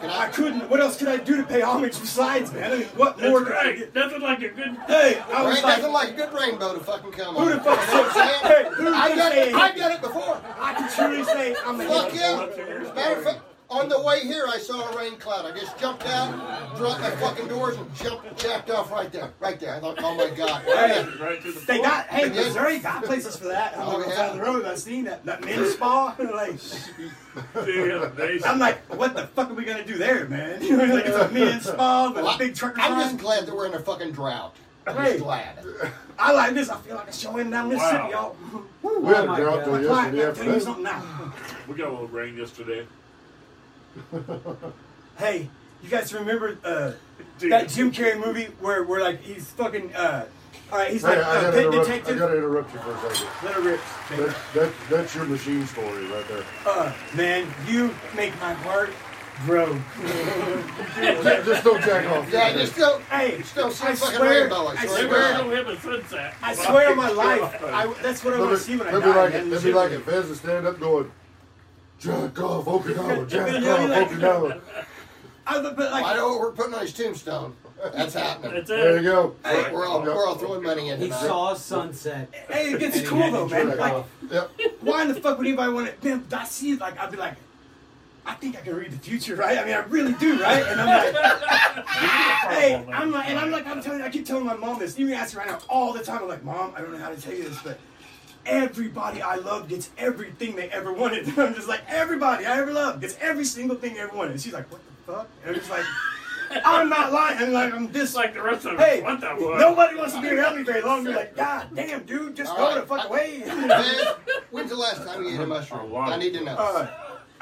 S8: Can
S4: I
S8: I?
S4: couldn't. What else could I do to pay homage besides, man? I mean, what
S7: That's
S4: more could I
S7: right.
S4: get?
S7: Nothing like a good.
S4: Hey, I was
S8: Rain
S4: like,
S8: doesn't like a good rainbow to fucking come on.
S4: who the fuck said that? Hey, who the
S8: I
S4: fuck
S8: got
S4: said
S8: it.
S4: that?
S8: I got it before.
S4: I can truly say I'm the
S8: Fuck
S4: hero.
S8: yeah. Matter of fact, on the way here, I saw a rain cloud. I just jumped out, dropped my fucking doors, and jumped, jacked off right there, right there. I thought, oh my god.
S4: Hey,
S7: Right to the
S4: They
S7: point.
S4: got hey
S8: Yeah.
S4: Missouri got places for that. I'm
S8: Oh,
S4: on the
S8: yeah.
S4: side of the road. I seen that that men's spa. like
S7: Damn, they-
S4: I'm like, what the fuck are we gonna do there, man? You know, like it's a men's spa, but a big trucker.
S8: I'm
S4: sign.
S8: just glad that we're in a fucking drought. I'm
S4: Hey.
S8: just glad.
S4: I like this. I feel like a show in down this
S7: Wow.
S4: city, y'all.
S3: We had
S1: Oh
S3: a
S1: my God.
S3: drought till
S4: Client,
S3: yesterday
S4: I'm telling you something
S3: afternoon.
S4: now.
S7: We got a little rain yesterday.
S4: Hey, you guys remember uh,
S7: Dude.
S4: that Jim Carrey movie where where like he's fucking uh, all right, he's
S3: Hey,
S4: like
S3: I
S4: a
S3: gotta
S4: pit
S3: interrupt, I
S4: detective.
S3: gotta interrupt you for a second.
S4: Let her rip.
S3: That, that, that's your machine story right there.
S4: Uh, man, you make my heart grow.
S3: Just- Just don't jack off.
S8: Yeah, you still,
S4: Hey,
S8: you still see
S4: I
S8: fucking
S4: swear-
S8: rainbow.
S4: I
S7: Maybe
S4: swear-
S7: I don't have a sunset.
S4: I swear on my life, I, that's what I want
S3: That'd
S4: to see
S3: be
S4: when I
S3: that'd
S4: die.
S3: be like
S4: man,
S3: it. That'd be like it.
S4: legitimately.
S3: Fez is standing up going, jack off Okinawa, jack
S4: Yeah,
S3: off
S4: yeah, yeah.
S3: Okinawa.
S4: I, but like,
S8: I know what we're putting on his tombstone. That's happening.
S7: That's
S3: There you
S7: it.
S3: go.
S8: We're we're all, we're all throwing money in
S1: He
S8: tonight.
S1: saw a sunset.
S4: hey, it gets
S1: And he
S4: cool
S1: had
S4: though,
S1: to
S4: man.
S1: jerk
S4: Like,
S1: off.
S3: Yep.
S4: why in the fuck would anybody want to? Man, I see, like, I'd be like, I think I can read the future, right? I mean, I really do, right? And I'm like, hey, I'm like, and I'm like, I'm telling, I keep telling my mom this. You can ask her right now all the time. I'm like, mom, I don't know how to tell you this, but everybody I love gets everything they ever wanted. I'm just like, everybody I ever loved gets every single thing they ever wanted. And she's like, what the fuck? And I'm just like, I'm not lying. And like, I'm
S7: It's
S4: just like.
S7: like the rest of us
S4: Hey,
S7: want that one.
S4: nobody wants to be around me very long. You're like, God damn, dude, just
S8: All
S4: go
S8: right.
S4: the fuck away.
S8: Man, when's the last time you ate a mushroom?
S7: wow.
S8: I need to know.
S4: Uh,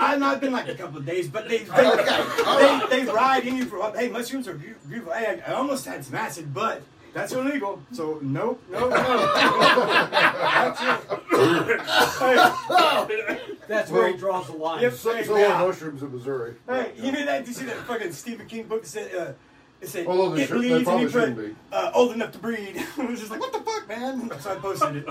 S4: I've not been like a couple of days, but they they,
S8: Okay, all
S4: they, they ride in you for hey mushrooms are beau- beautiful. Hey, I, I almost had some acid, but that's illegal. So nope, nope, no. that's it. hey,
S1: That's where he draws the line.
S4: Yep.
S3: So, so are mushrooms in Missouri.
S4: hey, you know that? Did you see that fucking Stephen King book that said? Uh, it said,
S3: Although they
S4: it
S3: should- they
S4: bleeds and
S3: probably
S4: you put
S3: shouldn't
S4: uh, old enough to breed. I was just like, what the fuck, man? So I posted it.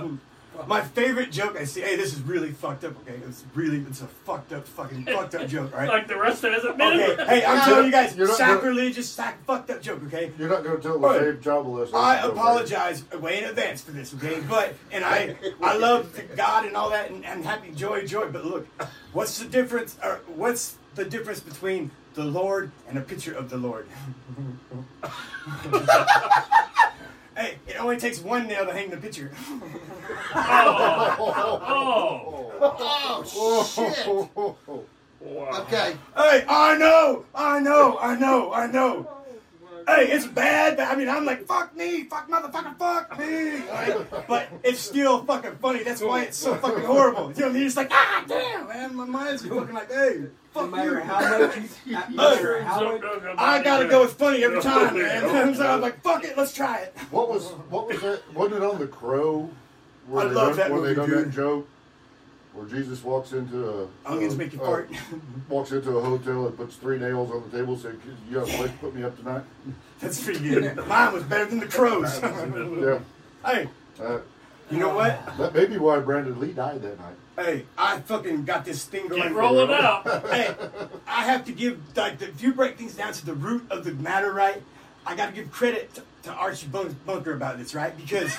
S4: My favorite joke I see, hey, this is really fucked up, okay? It's really, it's a fucked up, fucking fucked up joke, all right?
S7: Like the rest of us have been.
S4: Okay, hey, I'm telling you guys,
S3: You're not- you're-
S4: sacrilegious, sac- fucked up joke, okay?
S3: You're not going to tell
S4: Hey,
S3: the same job lesson.
S4: I apologize way in advance for this, okay? But, and I I love God and all that, and, and happy, joy, joy, but look, what's the difference, or what's the difference between the Lord and a picture of the Lord? hey, it only takes one nail to hang the picture.
S3: oh,
S7: Oh,
S8: oh, shit.
S3: oh.
S7: wow.
S8: Okay.
S4: Hey, I know, I know, I know, I know. Hey, it's bad. but I mean, I'm like, fuck me, fuck motherfucker, fuck me. Like, but it's still fucking funny. That's why it's so fucking horrible. You know, you're just like, ah, damn, man. My mind's fucking like, hey,
S1: No
S4: fuck
S1: matter
S4: you.
S1: how much you, no matter how much,
S4: I gotta go. It's funny every time, man. so I'm like, fuck it, let's try it.
S3: What was what was that? Wasn't it on The Crow? Where
S4: I
S3: they
S4: love
S3: done,
S4: that
S3: where
S4: movie,
S3: they done
S4: dude.
S3: that joke where Jesus walks into a
S4: Onions
S3: a-
S4: make you
S3: a-
S4: fart.
S3: Walks into a hotel and puts three nails on the table, saying, "You got a place to put me up tonight?"
S4: That's for you. Mine was better than the crows.
S3: Yeah.
S4: hey,
S3: Uh,
S4: you know what?
S3: that may be why Brandon Lee died that night.
S4: Hey, I fucking got this thing going.
S7: Keep rolling out.
S4: hey, I have to give like if you break things down to the root of the matter, right? I got to give credit to, to Archie Bun- Bunker about this, right? Because,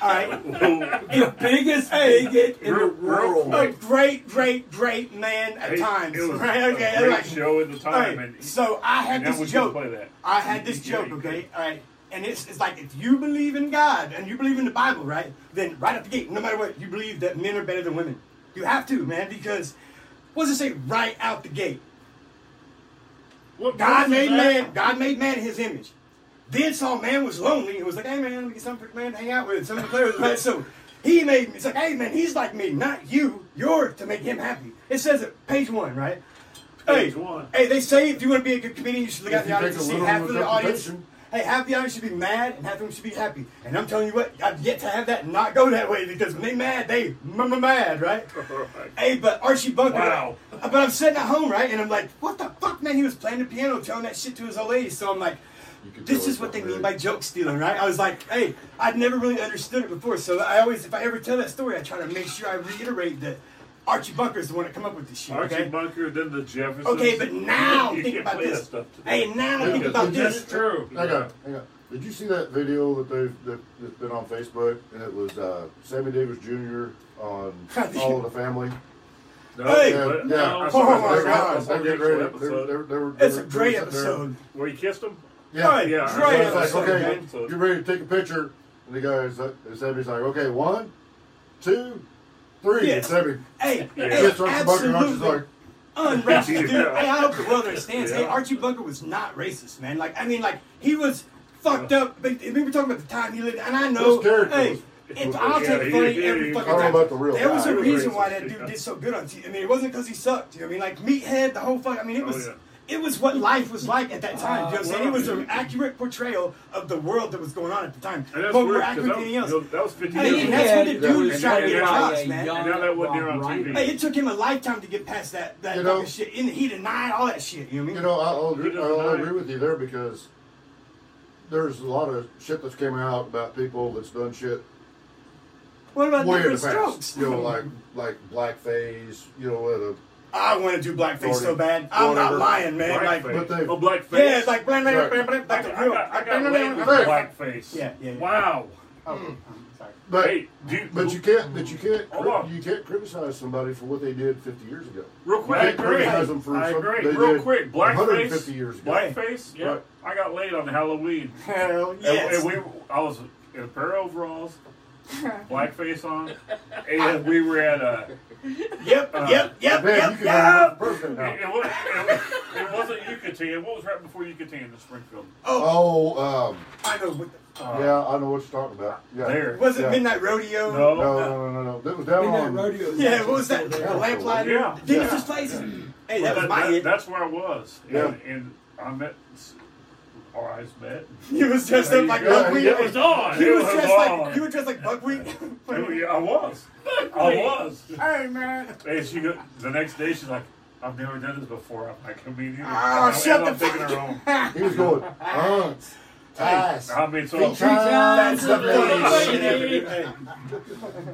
S4: all right,
S1: the biggest
S4: Hey.
S1: bigot in the
S7: Real- real
S1: world.
S4: a great, great, great man at
S7: It-
S4: times,
S7: It was
S4: right?
S7: a
S4: Okay,
S7: great
S4: like,
S7: show at the
S4: all
S7: time,
S4: right.
S7: and
S4: So I had
S7: now we
S4: this
S7: can
S4: joke.
S7: play that.
S4: I had this
S7: Yeah, you
S4: joke,
S7: could.
S4: okay, all right. And it's, it's like if you believe in God and you believe in the Bible, right? Then right out the gate, no matter what, you believe that men are better than women. You have to, man, because what does it say right out the gate?
S7: What
S4: God
S7: verse
S4: made
S7: is that?
S4: man. God made man in His image. Then saw man was lonely and was like, "Hey man, let me get something for man to hang out with, something to play with." Right? So he made me. It's like, "Hey man, he's like me, not you. You're to make him happy." It says it, page one, right?
S7: Page
S4: hey,
S7: one.
S4: Hey, they say if you want to be a good comedian, you should look
S3: If
S4: out in
S3: you take
S4: the audience and
S3: a
S4: see
S3: little
S4: half of the audience.
S3: representation.
S4: Hey, half the audience should be mad and half of them should be happy. And I'm telling you what, I've yet to have that not go that way because when they mad, they m- mad, right? Hey, but Archie Bunker.
S7: Wow.
S4: But I'm sitting at home, right? And I'm like, what the fuck, man? He was playing the piano, telling that shit to his old lady. So I'm like,
S3: You could
S4: this
S3: tell
S4: is
S3: he's
S4: what they
S3: not
S4: mean
S3: married.
S4: by joke stealing, right? I was like, hey, I'd never really understood it before. So I always, if I ever tell that story, I try to make sure I reiterate that Archie Bunker is the one that come up with this shit.
S7: Archie
S4: okay?
S7: Bunker, then the Jeffersons.
S4: Okay, but now
S7: You
S4: think
S7: can't
S4: about
S7: play that
S4: this.
S7: stuff today.
S4: Hey,
S3: Yeah,
S4: now think
S3: because
S4: about
S3: we
S4: this.
S7: That's true.
S3: Hang on, hang on. Did you see that video that they've that, that's been on Facebook? And it was uh, Sammy Davis Jr. on All of the Family.
S7: No,
S4: Hey,
S7: but-
S3: yeah.
S7: no, I
S3: Oh
S7: saw
S4: my
S7: that- I saw
S4: God.
S7: that
S3: They're getting
S7: actual
S3: ready. They
S7: episode
S3: were- they were- they were-
S4: It's
S3: they
S4: a
S3: were
S4: great
S3: sitting there.
S4: episode.
S7: Where he kissed him?
S3: Yeah.
S4: Right,
S7: Yeah, I
S4: great
S7: remember
S3: It's
S7: that.
S3: like,
S4: episode,
S3: okay,
S4: man.
S7: So-
S3: get ready to take a picture. And the guy's like, and Sammy's like, okay, one, two, three.
S4: Yeah.
S3: And Sammy
S4: Hey,
S7: Yeah.
S4: hey,
S3: gets on Bunker and Archie's
S4: absolutely.
S3: like,
S4: unracist dude.
S7: Yeah.
S4: Hey, I hope the world understands. Hey,
S7: Yeah.
S4: Archie Bunker was not racist, man. Like, I mean, like he was fucked up. But we were talking about the time he lived, and I know.
S3: This character
S4: Hey,
S3: was-
S4: if I'll
S2: yeah,
S4: take
S2: he-
S4: funny
S2: he-
S4: every
S2: he-
S4: fucking
S3: I don't know
S4: time.
S3: about the real
S4: there was
S3: guy.
S4: a
S3: He
S2: was
S4: reason
S2: racist,
S4: why that dude
S2: yeah.
S4: did so good on. TV. I mean, it wasn't because he sucked. You know what I mean, like meathead, the whole fuck. I mean, it
S2: Oh,
S4: was.
S2: yeah.
S4: It was what life was like at that time. you know what I'm saying?
S2: well,
S4: It was an
S2: dude.
S4: accurate portrayal of the world that was going on at the time.
S2: And that's
S4: More
S2: weird, 'cause
S4: accurate
S2: that,
S4: than anything
S2: you
S4: else.
S2: know, that was 50
S4: Hey,
S2: years
S4: and
S2: ago.
S4: that's what the
S1: That
S4: dude
S1: was
S4: was trying to
S1: made
S4: get
S1: by
S4: across,
S1: a
S4: man.
S1: young
S2: And now that wasn't there on
S1: Rob
S2: TV.
S1: Reiner.
S4: Hey, it took him a lifetime to get past that that
S3: You
S4: fucking
S3: know-
S4: shit. And he denied all that shit. You know what I
S3: You
S4: mean?
S3: know, I'll, agree,
S2: He doesn't
S3: I'll
S2: mind.
S3: agree with you there because there's a lot of shit that's came out about people that's done shit
S4: what about
S3: way in
S4: different
S3: the
S4: strokes?
S3: past. You know, like like blackface. You know, with a,
S4: I want to do blackface
S3: Whatever.
S4: so bad. I'm not lying, man.
S2: Blackface.
S3: But
S4: Like,
S3: they-
S2: oh, blackface.
S4: yeah, it's like blam, blam,
S3: Right.
S4: blam, blam,
S2: I
S4: like
S2: got,
S4: the
S2: I
S4: real.
S2: got, I
S4: like,
S2: got
S4: blam,
S2: away
S4: blam,
S2: with
S4: blam.
S2: blackface.
S4: Yeah, yeah, yeah.
S2: Wow.
S3: but
S2: Hey, do you,
S3: but you can't but you can't
S2: Hold on.
S3: you can't criticize somebody for what they did 50 years ago.
S2: Real quick,
S3: I
S2: I
S3: agree.
S2: agree.
S3: Criticize them for
S2: I
S3: something
S2: agree.
S3: they
S2: Real
S3: did
S2: quick,
S3: 150 years
S2: blackface.
S3: ago.
S2: Blackface. Yeah,
S3: Right.
S2: I got laid on Halloween.
S4: Hell
S2: And-
S4: yes.
S2: And, we, I was in a pair of overalls, blackface on, and we were at a.
S4: yep,
S2: uh,
S4: yep, yep,
S3: Man, you
S4: yep,
S3: can
S4: yep.
S3: have a person now.
S2: It, it, was, it, it wasn't Yucatan. What was right before Yucatan in Springfield?
S3: Oh, um,
S4: I know. what the-
S3: yeah, I know what you're talking about. Yeah.
S2: There.
S4: Was it
S3: Yeah.
S4: Midnight Rodeo?
S3: No,
S2: No.
S3: no, no, no, no. That was down
S1: Midnight
S3: on
S1: Rodeo. is
S4: Yeah,
S1: actually
S4: what was
S1: still
S4: that?
S1: there.
S4: The lamplighter?
S2: Yeah.
S4: These just places. Hey, that was
S2: That-
S4: my
S2: that-
S4: hit.
S2: That's where I was. And,
S3: Yeah.
S2: and I met, our eyes met.
S4: You was dressed up like
S3: Yeah,
S4: buckwheat.
S3: yeah.
S2: It was on.
S4: You
S2: it
S4: was
S2: was
S4: dressed
S2: on.
S4: like you were dressed like buckwheat.
S2: Oh, yeah, I was. I was.
S4: Hey man.
S2: And she go, the next day, she's like, I've never done this before. I'm like, comedian.
S4: Oh, shut the
S2: I'm taking
S4: fuck
S2: her home.
S3: He was going, uh, ties.
S2: I mean, so what
S4: That's the
S3: That's
S4: funniest shit ever. Hey,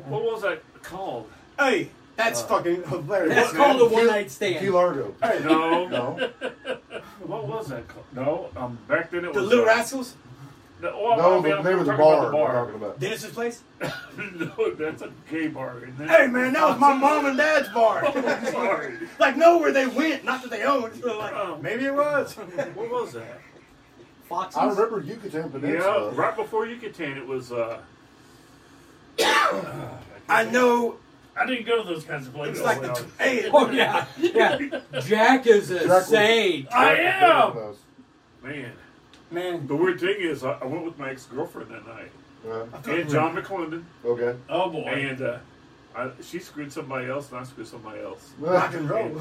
S2: was that called?
S4: Hey, that's fucking hilarious.
S1: That's
S4: man.
S1: called a one night stand.
S3: Key Largo.
S2: No,
S3: No,
S2: What was that called? No, um, back then it
S4: the
S2: was
S4: Little
S2: uh,
S4: Rascals,
S2: No, oh, I
S3: no,
S2: mean,
S3: the
S2: I'm
S3: name of the
S2: talking
S3: bar
S2: about
S3: we're talking about.
S4: Dennis's place.
S2: no, that's a gay bar. Isn't it?
S4: Hey man, that was my mom and dad's bar.
S2: sorry.
S4: like know where they went, not that they owned. But like maybe it was.
S2: What was that?
S1: Foxes.
S3: I remember Yucatan Peninsula.
S2: Yeah, right before Yucatan, it was. uh
S4: I know.
S2: I didn't go to those kinds of places.
S4: It's like the hey.
S1: Oh yeah, yeah. Jack is a
S3: Jack was-
S1: saint.
S2: I
S3: Right
S2: am.
S3: before us.
S2: Man,
S4: man.
S2: the weird thing is, I, I went with my ex girlfriend that night,
S3: Right.
S2: and John McClendon,
S3: Okay.
S2: Oh boy. And uh, I, she screwed somebody else, and I screwed somebody else.
S4: Rock and roll.
S2: I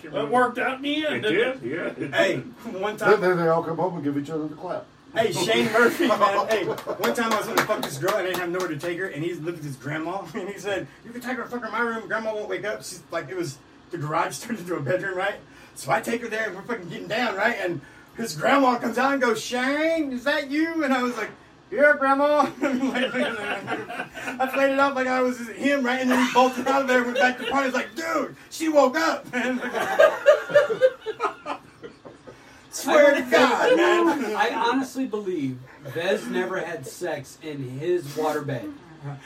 S2: can't remember.
S7: out in the
S2: It did. Yeah. It
S4: hey,
S2: did.
S3: Then,
S4: one time.
S3: then they all come home and give each other the clap.
S4: Hey, Shane Murphy, man. Hey, one time I was gonna fuck this girl and I didn't have nowhere to take her, and he looked at his grandma and he said, "You can take her and fuck her in my room. Grandma won't wake up." She's like, it was the garage turned into a bedroom, right? So I take her there and we're fucking getting down, right? And his grandma comes out and goes, "Shane, is that you?" And I was like. Yeah, Grandma. I played it off like I was him, right? And then he bolted out of there, went back to the party. It's like, dude, she woke up, man. Swear to God, man.
S1: I honestly believe Vez never had sex in his water bed.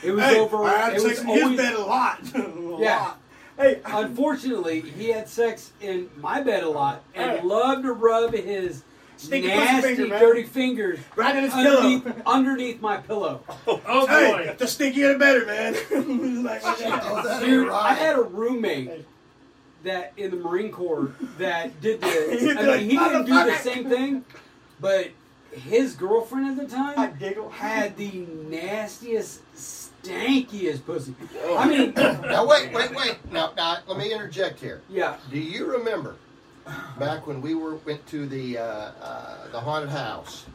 S1: It was
S4: Hey,
S1: over.
S4: I had
S1: it
S4: sex
S1: was
S4: in
S1: always,
S4: his bed a lot. a
S1: Yeah.
S4: lot. Hey,
S1: Unfortunately, he had sex in my bed a lot and loved to rub his
S4: Stinky pussy
S1: nasty,
S4: finger, man.
S1: dirty fingers
S4: right in his
S1: underneath,
S4: pillow.
S1: underneath my pillow.
S2: Oh
S4: Hey,
S2: boy.
S4: the stinkier the better, man. like,
S8: Oh, that ain't
S1: Dude,
S8: right.
S1: I had a roommate that in the Marine Corps that did this.
S4: You'd be
S1: I mean,
S4: like,
S1: he didn't do the
S4: "Motherfucker!"
S1: same thing, but his girlfriend at the
S4: I
S1: time
S4: giggle.
S1: had the nastiest, stankiest pussy.
S3: Oh.
S1: I mean,
S8: Now wait, wait, wait. Now, now let me interject here.
S1: yeah.
S8: Do you remember back when we were went to the uh, uh, the haunted house?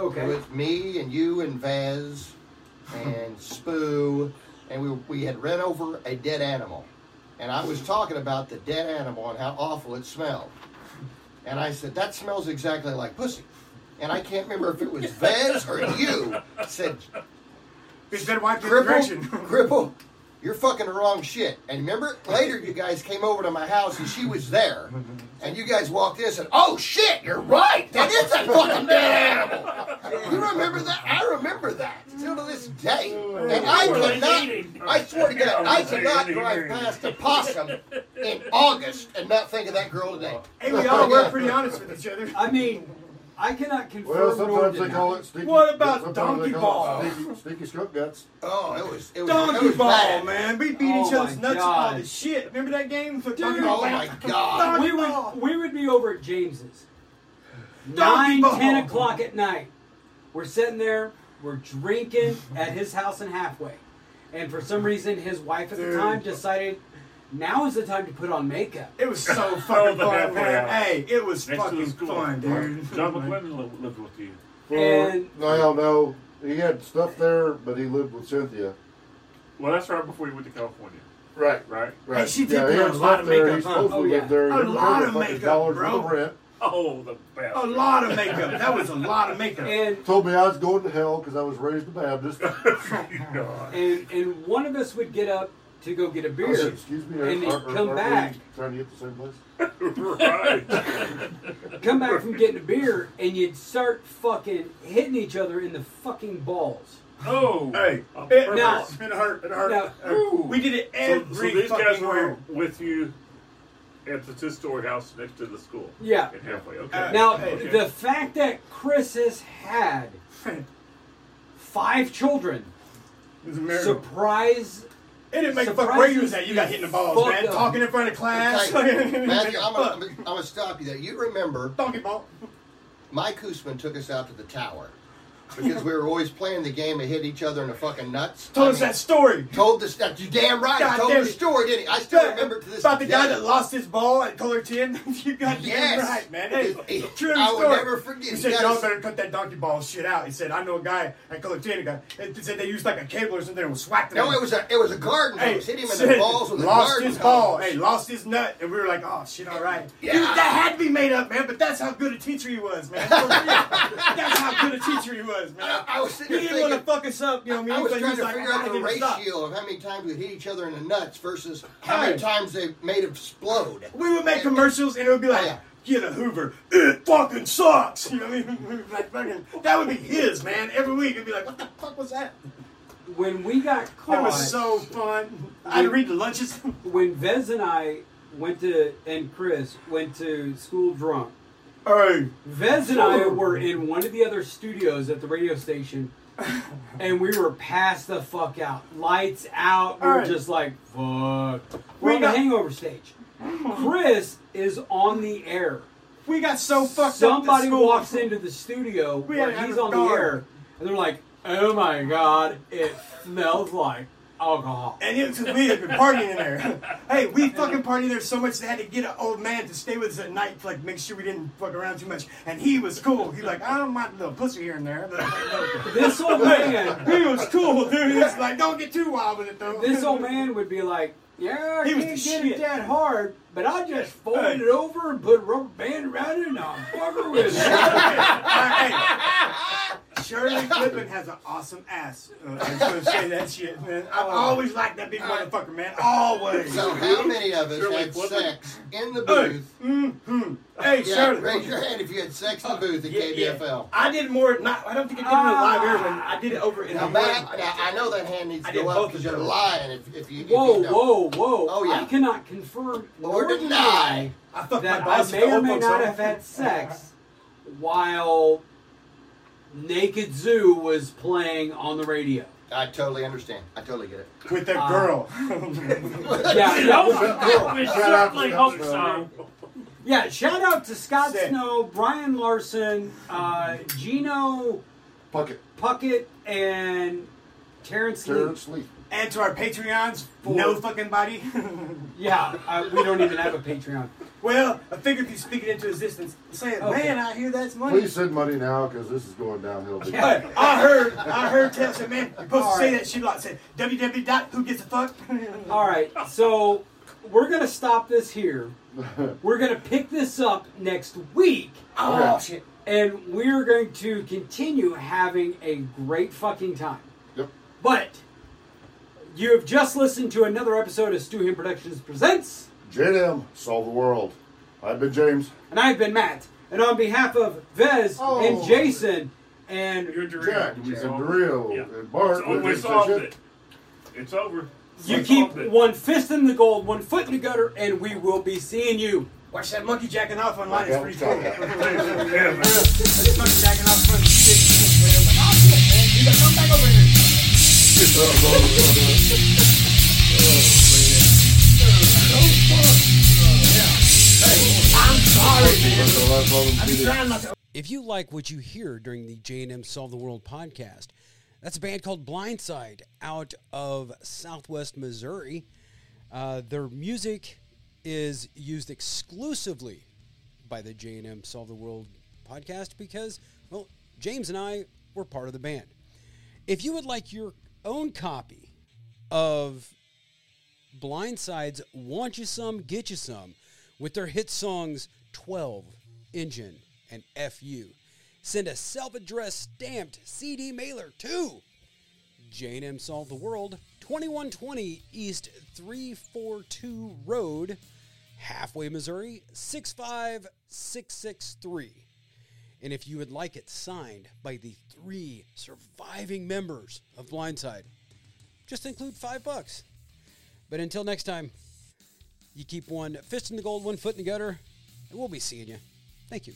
S1: Okay.
S8: with me and you and Vaz and Spoo, and we, we had run over a dead animal. And I was talking about the dead animal and how awful it smelled. And I said, that smells exactly like pussy. And I can't remember if it was Vaz or you said,
S4: His dead wife did the
S8: Cripple,
S4: direction.
S8: Cripple, you're fucking the wrong shit. And remember, later you guys came over to my house and she was there. And you guys walked in and said, oh shit, you're right. That is a fucking dead animal. You remember that? I remember that. Still to this day. And I cannot, I swear to
S4: Oh,
S8: God, I cannot drive past a possum in August and not think of that girl today.
S4: Hey, we all were pretty honest with each other.
S1: I mean, I cannot confirm
S3: Well,
S1: nor
S3: sometimes they
S1: deny.
S3: call it stinky.
S4: What about
S3: sometimes they
S4: donkey
S3: call it
S4: ball?
S3: Stinky, stinky skunk guts.
S8: Oh, it was, it was, it
S4: Donkey
S8: was
S4: ball,
S8: bad.
S4: man. We beat
S1: Oh
S4: each other's
S1: my
S4: nuts and all
S1: God.
S4: this shit. Remember that game? Fuck Donkey
S8: Oh
S4: ball.
S8: my God.
S1: we would we would be over at James's, nine,
S4: Ball.
S1: ten o'clock at night. We're sitting there, we're drinking at his house in Halfway, and for some reason, his wife at the time decided now is the time to put on makeup.
S4: It was so fucking fun,
S7: halfway
S4: man.
S7: out.
S4: Hey, it was
S7: Next to
S4: fucking
S7: the school.
S4: fun, dude.
S7: John McClendon li- lived with you.
S3: Well,
S1: And-
S3: well, no, he had stuff there, but he lived with Cynthia.
S7: Well, that's right before you went to California,
S3: Right.
S7: right?
S3: Right.
S4: she did
S3: yeah,
S4: put
S3: he
S4: on
S3: had
S4: a lot
S3: stuff
S4: of
S3: there.
S4: makeup,
S3: He's
S4: huh?
S3: supposed to
S1: Oh,
S3: live
S1: yeah.
S3: there.
S4: A
S3: He lived
S4: lot
S3: there,
S4: of
S3: fucking
S4: makeup,
S3: dollars
S4: bro.
S3: worth of rent.
S7: Oh, the best.
S4: A lot of makeup. That was a lot of makeup.
S1: And
S3: Told me I was going to hell because I was raised a Baptist.
S1: and and one of us would get up to go get a
S3: I said,
S1: beer.
S3: Oh, Excuse me.
S1: And
S3: are-
S1: he'd
S3: are-
S1: come
S3: are we
S1: back.
S3: Trying to get the same place.
S7: right.
S1: Come back from getting a beer, and you'd start fucking hitting each other in the fucking balls.
S7: Oh.
S4: Hey,
S7: I'm
S4: it,
S7: perfect.
S1: now-
S4: it hurt. It hurt.
S1: Now-
S4: it hurt. we did it
S7: So, so
S4: every
S7: these guys
S4: fucking
S7: were
S4: word.
S7: with you at the two-story house next to the school.
S1: Yeah.
S7: In halfway. Okay.
S3: Uh,
S1: Now,
S7: Okay.
S1: the fact that Chris has had five children,
S4: It was a miracle.
S1: surprise.
S4: it didn't make a fuck
S1: surprise
S4: where you was at. You got hit in the balls,
S1: fuck
S4: man.
S1: up.
S4: Talking in front of class.
S8: Okay, Matthew, I'm
S4: Fuck.
S8: gonna, I'm gonna stop you there. You remember
S4: Donkey ball.
S8: Mike Hoosman took us out to the tower because we were always playing the game of hit each other in the fucking nuts.
S4: Told
S8: I
S4: us
S8: mean,
S4: that story.
S8: Told us that. You damn right.
S4: God
S8: told
S4: damn
S8: the
S4: it.
S8: story, didn't he? I still remember to this
S4: About the
S8: day.
S4: guy that lost his ball at Color 10. you got
S8: Yes.
S4: yes. right, man. Hey,
S8: It- it-
S4: true
S8: I will
S4: story.
S8: never forget.
S4: He
S8: You
S4: said,
S8: gotta
S4: y'all
S8: s-
S4: better cut that donkey ball shit out. He said, I know a guy at Color 10. a guy- He said they used like a cable or something and was whacked him.
S8: No, it was a it was a garden hose. Hit him in the
S4: shit,
S8: balls with a
S4: lost
S8: garden
S4: his
S8: hose.
S4: ball. Hey, lost his nut, and we were like, "Oh shit, all right."
S8: Yeah.
S4: Dude, that had to be made up, man. But that's how good a teacher he was, man. For real. that's how good a teacher he was, man.
S8: I- I was sitting
S4: he
S8: there
S4: didn't want to
S8: thinking-
S4: fuck us up, you know what I
S8: I
S4: mean?
S8: was
S4: But he
S8: trying to
S4: like,
S8: figure
S4: "I
S8: out
S4: gotta
S8: the
S4: get stopped."
S8: ratio of how many times we hit each other in the nuts versus how many
S4: Hey.
S8: times they made it explode.
S4: We would make commercials, and it would be like.
S8: Yeah.
S4: Get a Hoover. It fucking sucks. You know what I mean? We would, Like fucking, that would be his, man. Every week, it'd be like, "What the fuck was that?"
S1: When we got caught,
S4: It was so fun. I'd read the lunches.
S1: when Vez and I went to and Chris went to school drunk,
S4: Hey,
S1: Vez and
S4: Oh.
S1: I were in one of the other studios at the radio station, and we were past the fuck out. Lights out. We were
S4: Alright.
S1: just like, fuck. We're
S4: We
S1: on the
S4: got-
S1: hangover stage. Chris is on the air.
S4: we got so fucked up. at
S1: Somebody
S4: school.
S1: walks into the studio
S4: We
S1: where
S4: had
S1: he's
S4: a
S1: on the
S4: guard.
S1: air, and they're like, oh my god, it smells like alcohol.
S4: And it, 'cause we had been partying in there. hey, we fucking partied in there so much they had to get an old man to stay with us at night to like make sure we didn't fuck around too much. And he was cool. He like, I don't mind a little pussy here and there.
S1: This old man.
S4: he was cool, dude. He was like, don't get too wild with it though.
S1: this old man would be like, "Yeah, I
S4: He was
S1: can't get
S4: the
S1: it
S4: shit.
S1: that hard, but I just folded
S4: Hey.
S1: it over and put a rubber band around it, and I'll fucker with it."
S4: hey, Shirley Flippin has an awesome ass. Uh, I was gonna say that shit, man. I've always liked that big motherfucker, man. Always.
S8: So how many of us had
S7: Flippin.
S8: sex in the
S4: Hey,
S8: booth?
S4: mm-hmm. hey
S8: Yeah,
S4: Shirley. Uh,
S8: raise your hand if you had sex in the booth at
S4: Yeah, yeah.
S8: KBFL.
S4: I did more. Not. I don't think I did it in
S1: Ah.
S4: the live air one. I did it over in
S8: Now,
S4: the
S8: Matt,
S4: one-
S8: now, I know that hand needs
S4: I
S8: to
S4: did
S8: go
S4: both
S8: up
S4: of
S8: because you're
S4: those.
S8: lying if, if you. if
S1: Whoa,
S8: you don't.
S1: whoa, whoa!
S8: Oh, yeah.
S1: I cannot confirm nor
S8: Or deny.
S1: deny
S4: I fucked my
S1: that I
S4: boss.
S1: may or may not have had sex while Naked Zoo was playing on the radio.
S8: I totally understand. I totally get it.
S4: with that
S1: Ah.
S4: girl.
S1: Yeah, yeah,
S7: We
S3: Shout out
S7: certainly
S3: to
S7: hope so.
S3: Scott
S1: yeah, Shout out to Scott
S4: Sick.
S1: Snow, Brian Larson, uh, Gino
S3: Puckett,
S1: Puckett, and Terrence Lee.
S3: Terrence Lee.
S4: and to our Patreons, no fucking body.
S1: Yeah, uh, we don't even have a Patreon.
S4: well, I figure if you speak it into existence, say it,
S1: Okay.
S4: man, I hear that's money.
S3: Please send money now because this is going downhill. big
S1: Yeah.
S3: time.
S4: Hey, I heard, I heard Ted said, man, you're supposed to say
S1: Alright.
S4: that shit a lot. Said www dot who gets a fuck.
S1: All right, so we're gonna stop this here. We're gonna pick this up next week,
S4: oh shit.
S1: and we're going to continue having a great fucking time.
S3: Yep.
S1: But you have just listened to another episode of Stu Him Productions presents,
S3: JDM, solve the world. I've been James.
S1: and I've been Matt, and on behalf of Vez and
S3: Oh.
S1: Jason and
S7: You're direct.
S3: Jack and
S7: We solved it.
S3: Drill
S7: Yeah.
S3: and Bart.
S7: So we
S3: and
S7: solved it. It's over.
S1: you
S7: We
S1: keep
S7: solved it.
S1: one fist in the gold, one foot in the gutter, and we will be seeing you.
S4: Watch that monkey jacking off online. It's
S3: Yeah,
S4: pretty cool.
S3: talk
S4: That
S3: about it.
S7: Yeah, man.
S4: monkey jacking off front of the shit. man.
S8: Oh shit, man! You got come back over here.
S3: That's all I'm Oh,
S4: Trying not to
S1: If you like what you hear during the J&M Solve the World podcast, that's a band called Blindside out of Southwest Missouri. Uh, their music is used exclusively by the J&M Solve the World podcast because, well, James and I were part of the band. If you would like your own copy of Blindside's Want You Some, Get You Some with their hit songs 12, Engine, and FU. Send a self addressed stamped CD mailer to J&M Solve the World, 2120 East 342 Road, Halfway, Missouri, 65663. And if you would like it signed by the three surviving members of Blindside, just include five bucks. But until next time, you keep one fist in the gold, one foot in the gutter, and we'll be seeing you. Thank you.